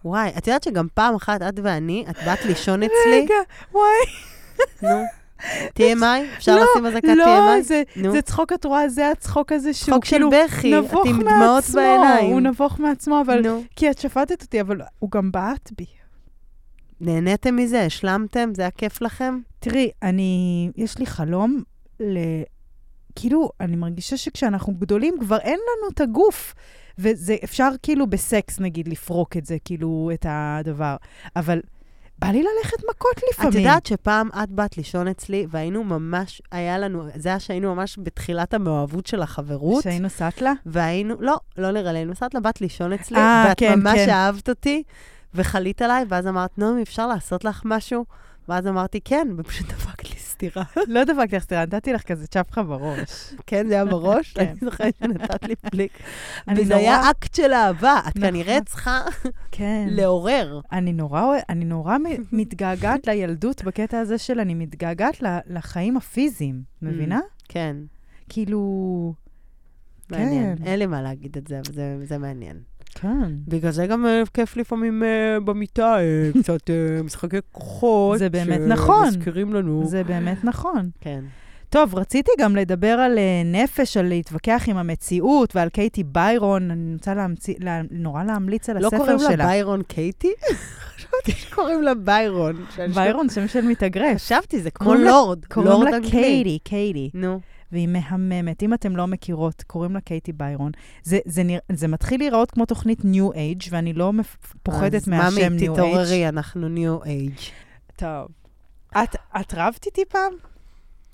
[SPEAKER 5] וואי, את יודעת שגם פעם אחת את ואני, את באת לישון אצלי?
[SPEAKER 4] רגע, וואי,
[SPEAKER 5] נו. TMI? אפשר
[SPEAKER 4] לא,
[SPEAKER 5] לשים אזעקת TMI?
[SPEAKER 4] לא, זה-
[SPEAKER 5] נו.
[SPEAKER 4] זה צחוק, את רואה, זה הצחוק הזה שהוא
[SPEAKER 5] חוק של
[SPEAKER 4] כאילו...
[SPEAKER 5] בכי, את
[SPEAKER 4] נבוך
[SPEAKER 5] עם דמעות
[SPEAKER 4] מעצמו,
[SPEAKER 5] בעיניים.
[SPEAKER 4] הוא נבוך מעצמו, אבל...
[SPEAKER 5] נו.
[SPEAKER 4] כי את שפטת אותי, אבל הוא גם בעט בי.
[SPEAKER 5] נהניתם מזה? השלמתם? זה היה כיף לכם?
[SPEAKER 4] תראי, אני, יש לי חלום ל... כאילו, אני מרגישה שכשאנחנו גדולים כבר אין לנו את הגוף. וזה אפשר כאילו בסקס, נגיד, לפרוק את זה, כאילו, את הדבר. אבל בא לי ללכת מכות לפעמים.
[SPEAKER 5] את יודעת שפעם את באת לישון אצלי, והיינו ממש, היה לנו, זה היה שהיינו ממש בתחילת המאוהבות של החברות.
[SPEAKER 4] שהיינו סטלה?
[SPEAKER 5] והיינו, לא, לא לרעלן, נסעת לבת לישון אצלי,
[SPEAKER 4] אה,
[SPEAKER 5] ואת
[SPEAKER 4] כן,
[SPEAKER 5] ממש
[SPEAKER 4] כן.
[SPEAKER 5] אהבת אותי, וחלית עליי, ואז אמרת, נעמי, אפשר לעשות לך משהו? ואז אמרתי, כן, ופשוט דפקת לי סטירה.
[SPEAKER 4] לא דפקתי לך סטירה, נתתי לך כזה צ'פחה בראש.
[SPEAKER 5] כן, זה היה בראש,
[SPEAKER 4] כן.
[SPEAKER 5] אני זוכרת שנתת לי פליק.
[SPEAKER 4] אני
[SPEAKER 5] וזה היה
[SPEAKER 4] נורא-
[SPEAKER 5] אקט של אהבה, את
[SPEAKER 4] נכון.
[SPEAKER 5] כנראה צריכה
[SPEAKER 4] כן.
[SPEAKER 5] לעורר.
[SPEAKER 4] אני נורא, אוה- אני נורא מ- מתגעגעת לילדות בקטע הזה של אני מתגעגעת ל- לחיים הפיזיים, מבינה?
[SPEAKER 5] כן,
[SPEAKER 4] כאילו...
[SPEAKER 5] מעניין.
[SPEAKER 4] כן.
[SPEAKER 5] אין לי מה להגיד את זה, אבל זה- זה מעניין.
[SPEAKER 4] כן.
[SPEAKER 5] בגלל זה גם אה, כיף לפעמים אה, במיטה, אה, קצת אה, משחקי כוחות.
[SPEAKER 4] זה באמת נכון.
[SPEAKER 5] שמזכירים לנו.
[SPEAKER 4] זה באמת נכון.
[SPEAKER 5] כן.
[SPEAKER 4] טוב, רציתי גם לדבר על אה, נפש, על להתווכח עם המציאות ועל קייטי ביירון. אני רוצה להמציא, לה, נורא להמליץ על
[SPEAKER 5] לא
[SPEAKER 4] הספר
[SPEAKER 5] קוראים
[SPEAKER 4] שלה.
[SPEAKER 5] לה ביירון קייטי? חשבתי שקוראים לה ביירון.
[SPEAKER 4] ביירון, שם של מתאגרף.
[SPEAKER 5] חשבתי, זה כמו
[SPEAKER 4] קוראים לה-
[SPEAKER 5] לורד.
[SPEAKER 4] קוראים
[SPEAKER 5] לורד
[SPEAKER 4] לה
[SPEAKER 5] אנגלי.
[SPEAKER 4] קייטי, קייטי.
[SPEAKER 5] נו.
[SPEAKER 4] והיא מהממת. אם אתם לא מכירות, קוראים לה קייטי ביירון. זה, זה, נרא, זה מתחיל להיראות כמו תוכנית ניו אייג', ואני לא מפ- פוחדת
[SPEAKER 5] אז
[SPEAKER 4] מהשם ניו אייג'.
[SPEAKER 5] מאמי, תתעוררי, אנחנו ניו אייג'.
[SPEAKER 4] טוב. את, את רבת איתי פעם?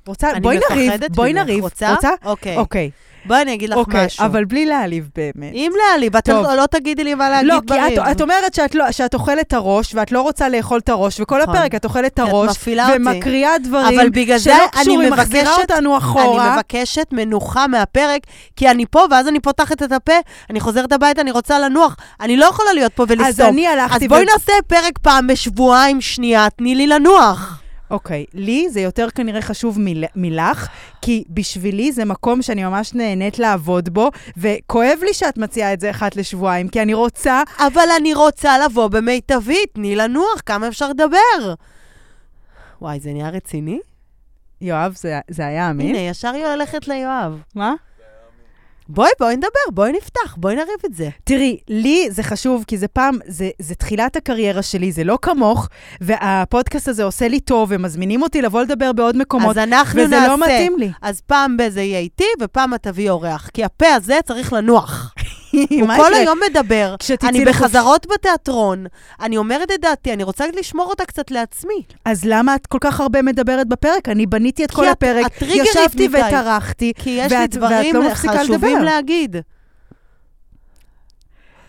[SPEAKER 4] רוצה,
[SPEAKER 5] אני
[SPEAKER 4] בואי נריב,
[SPEAKER 5] מפחדת
[SPEAKER 4] בואי
[SPEAKER 5] ממך.
[SPEAKER 4] נריב.
[SPEAKER 5] רוצה? אוקיי.
[SPEAKER 4] אוקיי,
[SPEAKER 5] בואי אני אגיד לך
[SPEAKER 4] אוקיי,
[SPEAKER 5] משהו.
[SPEAKER 4] אבל בלי להעליב באמת.
[SPEAKER 5] אם להעליב, את
[SPEAKER 4] טוב.
[SPEAKER 5] לא לא תגידי לי מה להגיד
[SPEAKER 4] לא,
[SPEAKER 5] בריב.
[SPEAKER 4] כי את, את אומרת שאת, לא, שאת אוכלת את הראש, ואת לא רוצה לאכול את הראש, וכל
[SPEAKER 5] נכון.
[SPEAKER 4] הפרק את אוכלת את
[SPEAKER 5] כי את
[SPEAKER 4] הראש,
[SPEAKER 5] מפעילה אותי.
[SPEAKER 4] ומקריאה דברים
[SPEAKER 5] אבל בגלל זה
[SPEAKER 4] שלא
[SPEAKER 5] אני
[SPEAKER 4] קשורים, מחזירה
[SPEAKER 5] מבקשת-
[SPEAKER 4] אותנו אחורה.
[SPEAKER 5] אני מבקשת מנוחה מהפרק, כי אני פה, ואז אני פותחת את הפה, אני חוזרת הביתה, אני רוצה לנוח. אני לא יכולה להיות פה ולסתום.
[SPEAKER 4] אז אני הלכתי...
[SPEAKER 5] אז בואי
[SPEAKER 4] ו-
[SPEAKER 5] נעשה פרק פעם בשבועיים שנייה, תני לי לנוח.
[SPEAKER 4] אוקיי, לי זה יותר כנראה חשוב מל- מלך, כי בשבילי זה מקום שאני ממש נהנית לעבוד בו, וכואב לי שאת מציעה את זה אחת לשבועיים, כי אני רוצה...
[SPEAKER 5] אבל אני רוצה לבוא במיטבי, תני לנוח, כמה אפשר לדבר. וואי, זה נהיה רציני?
[SPEAKER 4] יואב, זה, זה היה אמין?
[SPEAKER 5] הנה, ישר היא הולכת ליואב.
[SPEAKER 4] מה?
[SPEAKER 5] בואי, בואי נדבר, בואי נפתח, בואי נריב את זה.
[SPEAKER 4] תראי, לי זה חשוב, כי זה פעם, זה, זה תחילת הקריירה שלי, זה לא כמוך, והפודקאסט הזה עושה לי טוב, ומזמינים אותי לבוא לדבר בעוד מקומות,
[SPEAKER 5] אז אנחנו
[SPEAKER 4] וזה
[SPEAKER 5] נעשה.
[SPEAKER 4] לא מתאים לי.
[SPEAKER 5] אז פעם בזה יהיה איתי, ופעם את תביאי אורח. כי הפה הזה צריך לנוח. הוא
[SPEAKER 4] מה
[SPEAKER 5] כל
[SPEAKER 4] יקרה?
[SPEAKER 5] היום מדבר.
[SPEAKER 4] כשתצאי
[SPEAKER 5] אני
[SPEAKER 4] לחופש-
[SPEAKER 5] בחזרות בתיאטרון, אני אומרת את דעתי, אני רוצה לשמור אותה קצת לעצמי.
[SPEAKER 4] אז למה את כל כך הרבה מדברת בפרק? אני בניתי את כל
[SPEAKER 5] את-
[SPEAKER 4] הפרק,
[SPEAKER 5] הטריגרית
[SPEAKER 4] ישבתי
[SPEAKER 5] מדי.
[SPEAKER 4] וטרחתי,
[SPEAKER 5] כי יש לי
[SPEAKER 4] ואת- ואת
[SPEAKER 5] דברים
[SPEAKER 4] לא מפסיקה
[SPEAKER 5] חשובים
[SPEAKER 4] לדבר.
[SPEAKER 5] להגיד.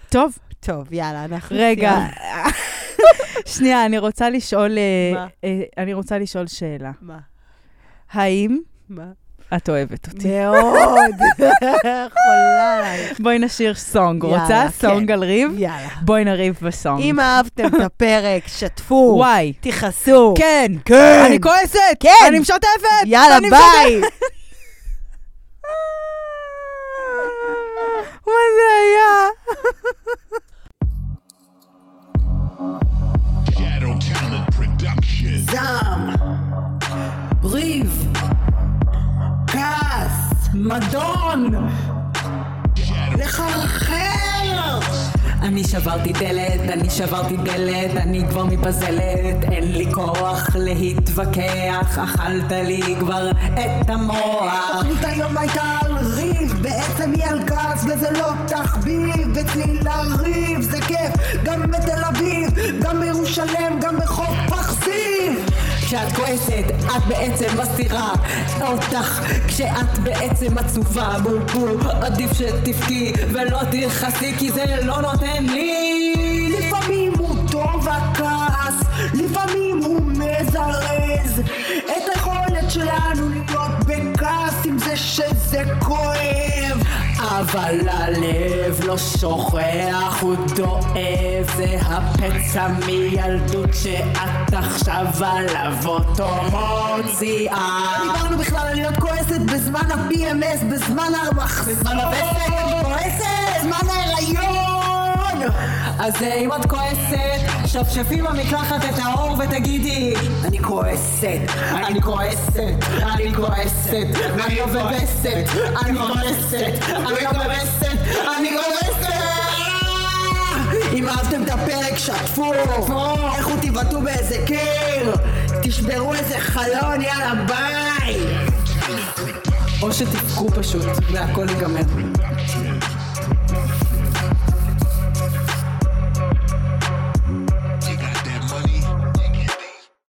[SPEAKER 4] טוב,
[SPEAKER 5] טוב, יאללה, אנחנו...
[SPEAKER 4] רגע,
[SPEAKER 5] סיימנו.
[SPEAKER 4] שנייה, אני רוצה לשאול, אה,
[SPEAKER 5] כן. מה?
[SPEAKER 4] אה, אני רוצה לשאול שאלה.
[SPEAKER 5] מה?
[SPEAKER 4] האם
[SPEAKER 5] מה?
[SPEAKER 4] את אוהבת אותי?
[SPEAKER 5] מאוד. חולה עלייך.
[SPEAKER 4] בואי נשיר סונג,
[SPEAKER 5] יאללה,
[SPEAKER 4] רוצה?
[SPEAKER 5] כן.
[SPEAKER 4] סונג על ריב?
[SPEAKER 5] יאללה.
[SPEAKER 4] בואי נריב בסונג.
[SPEAKER 5] אם אהבתם את הפרק, שתפו,
[SPEAKER 4] וואי.
[SPEAKER 5] תכעסו.
[SPEAKER 4] כן.
[SPEAKER 5] כן.
[SPEAKER 4] אני כועסת.
[SPEAKER 5] כן.
[SPEAKER 4] אני משתפת.
[SPEAKER 5] יאללה,
[SPEAKER 4] אני
[SPEAKER 5] ביי.
[SPEAKER 4] משתפת. מה זה היה?
[SPEAKER 9] Shadow Talent Production.
[SPEAKER 10] ריב, כעס, מדון, לחרחר. אני שברתי דלת, אני שברתי דלת, אני כבר מתפזלת, אין לי כוח להתווכח, אכלת לי כבר את המוח. תוכנית היום הייתה על ריב, בעצם היא על כעס, וזה לא תחביב, אצלי לריב, זה כיף, גם בתל אביב, גם בירושלם, גם בחוף פרסים. כשאת כועסת, את בעצם מסתירה אותך כשאת בעצם עצובה בול בול עדיף שתבכי ולא תכעסי כי זה לא נותן לי לפעמים הוא טוב הכעס לפעמים הוא מזרז את היכולת שלנו להיות בכעס עם זה שזה כואב אבל הלב לא שוכח, הוא דואב, זה הפצע מילדות שאת עכשיו עליו אותו מוציאה. דיברנו בכלל על להיות כועסת בזמן ה-PMS, בזמן המחזור. בזמן הווסת, אני כועסת, בזמן ההיריון. אז אה, אם את כועסת, שפשפי במקלחת את האור ותגידי אני כועסת, אני כועסת, אני כועסת, ואני עובדת, אני כועסת, אני עובדת, אני כועסת! אם אהבתם את הפרק, שתפו, לכו תבעטו באיזה קיר, תשברו איזה חלון, יאללה ביי!
[SPEAKER 9] Talent Production.
[SPEAKER 5] או שתבכו פשוט והכל ייגמר.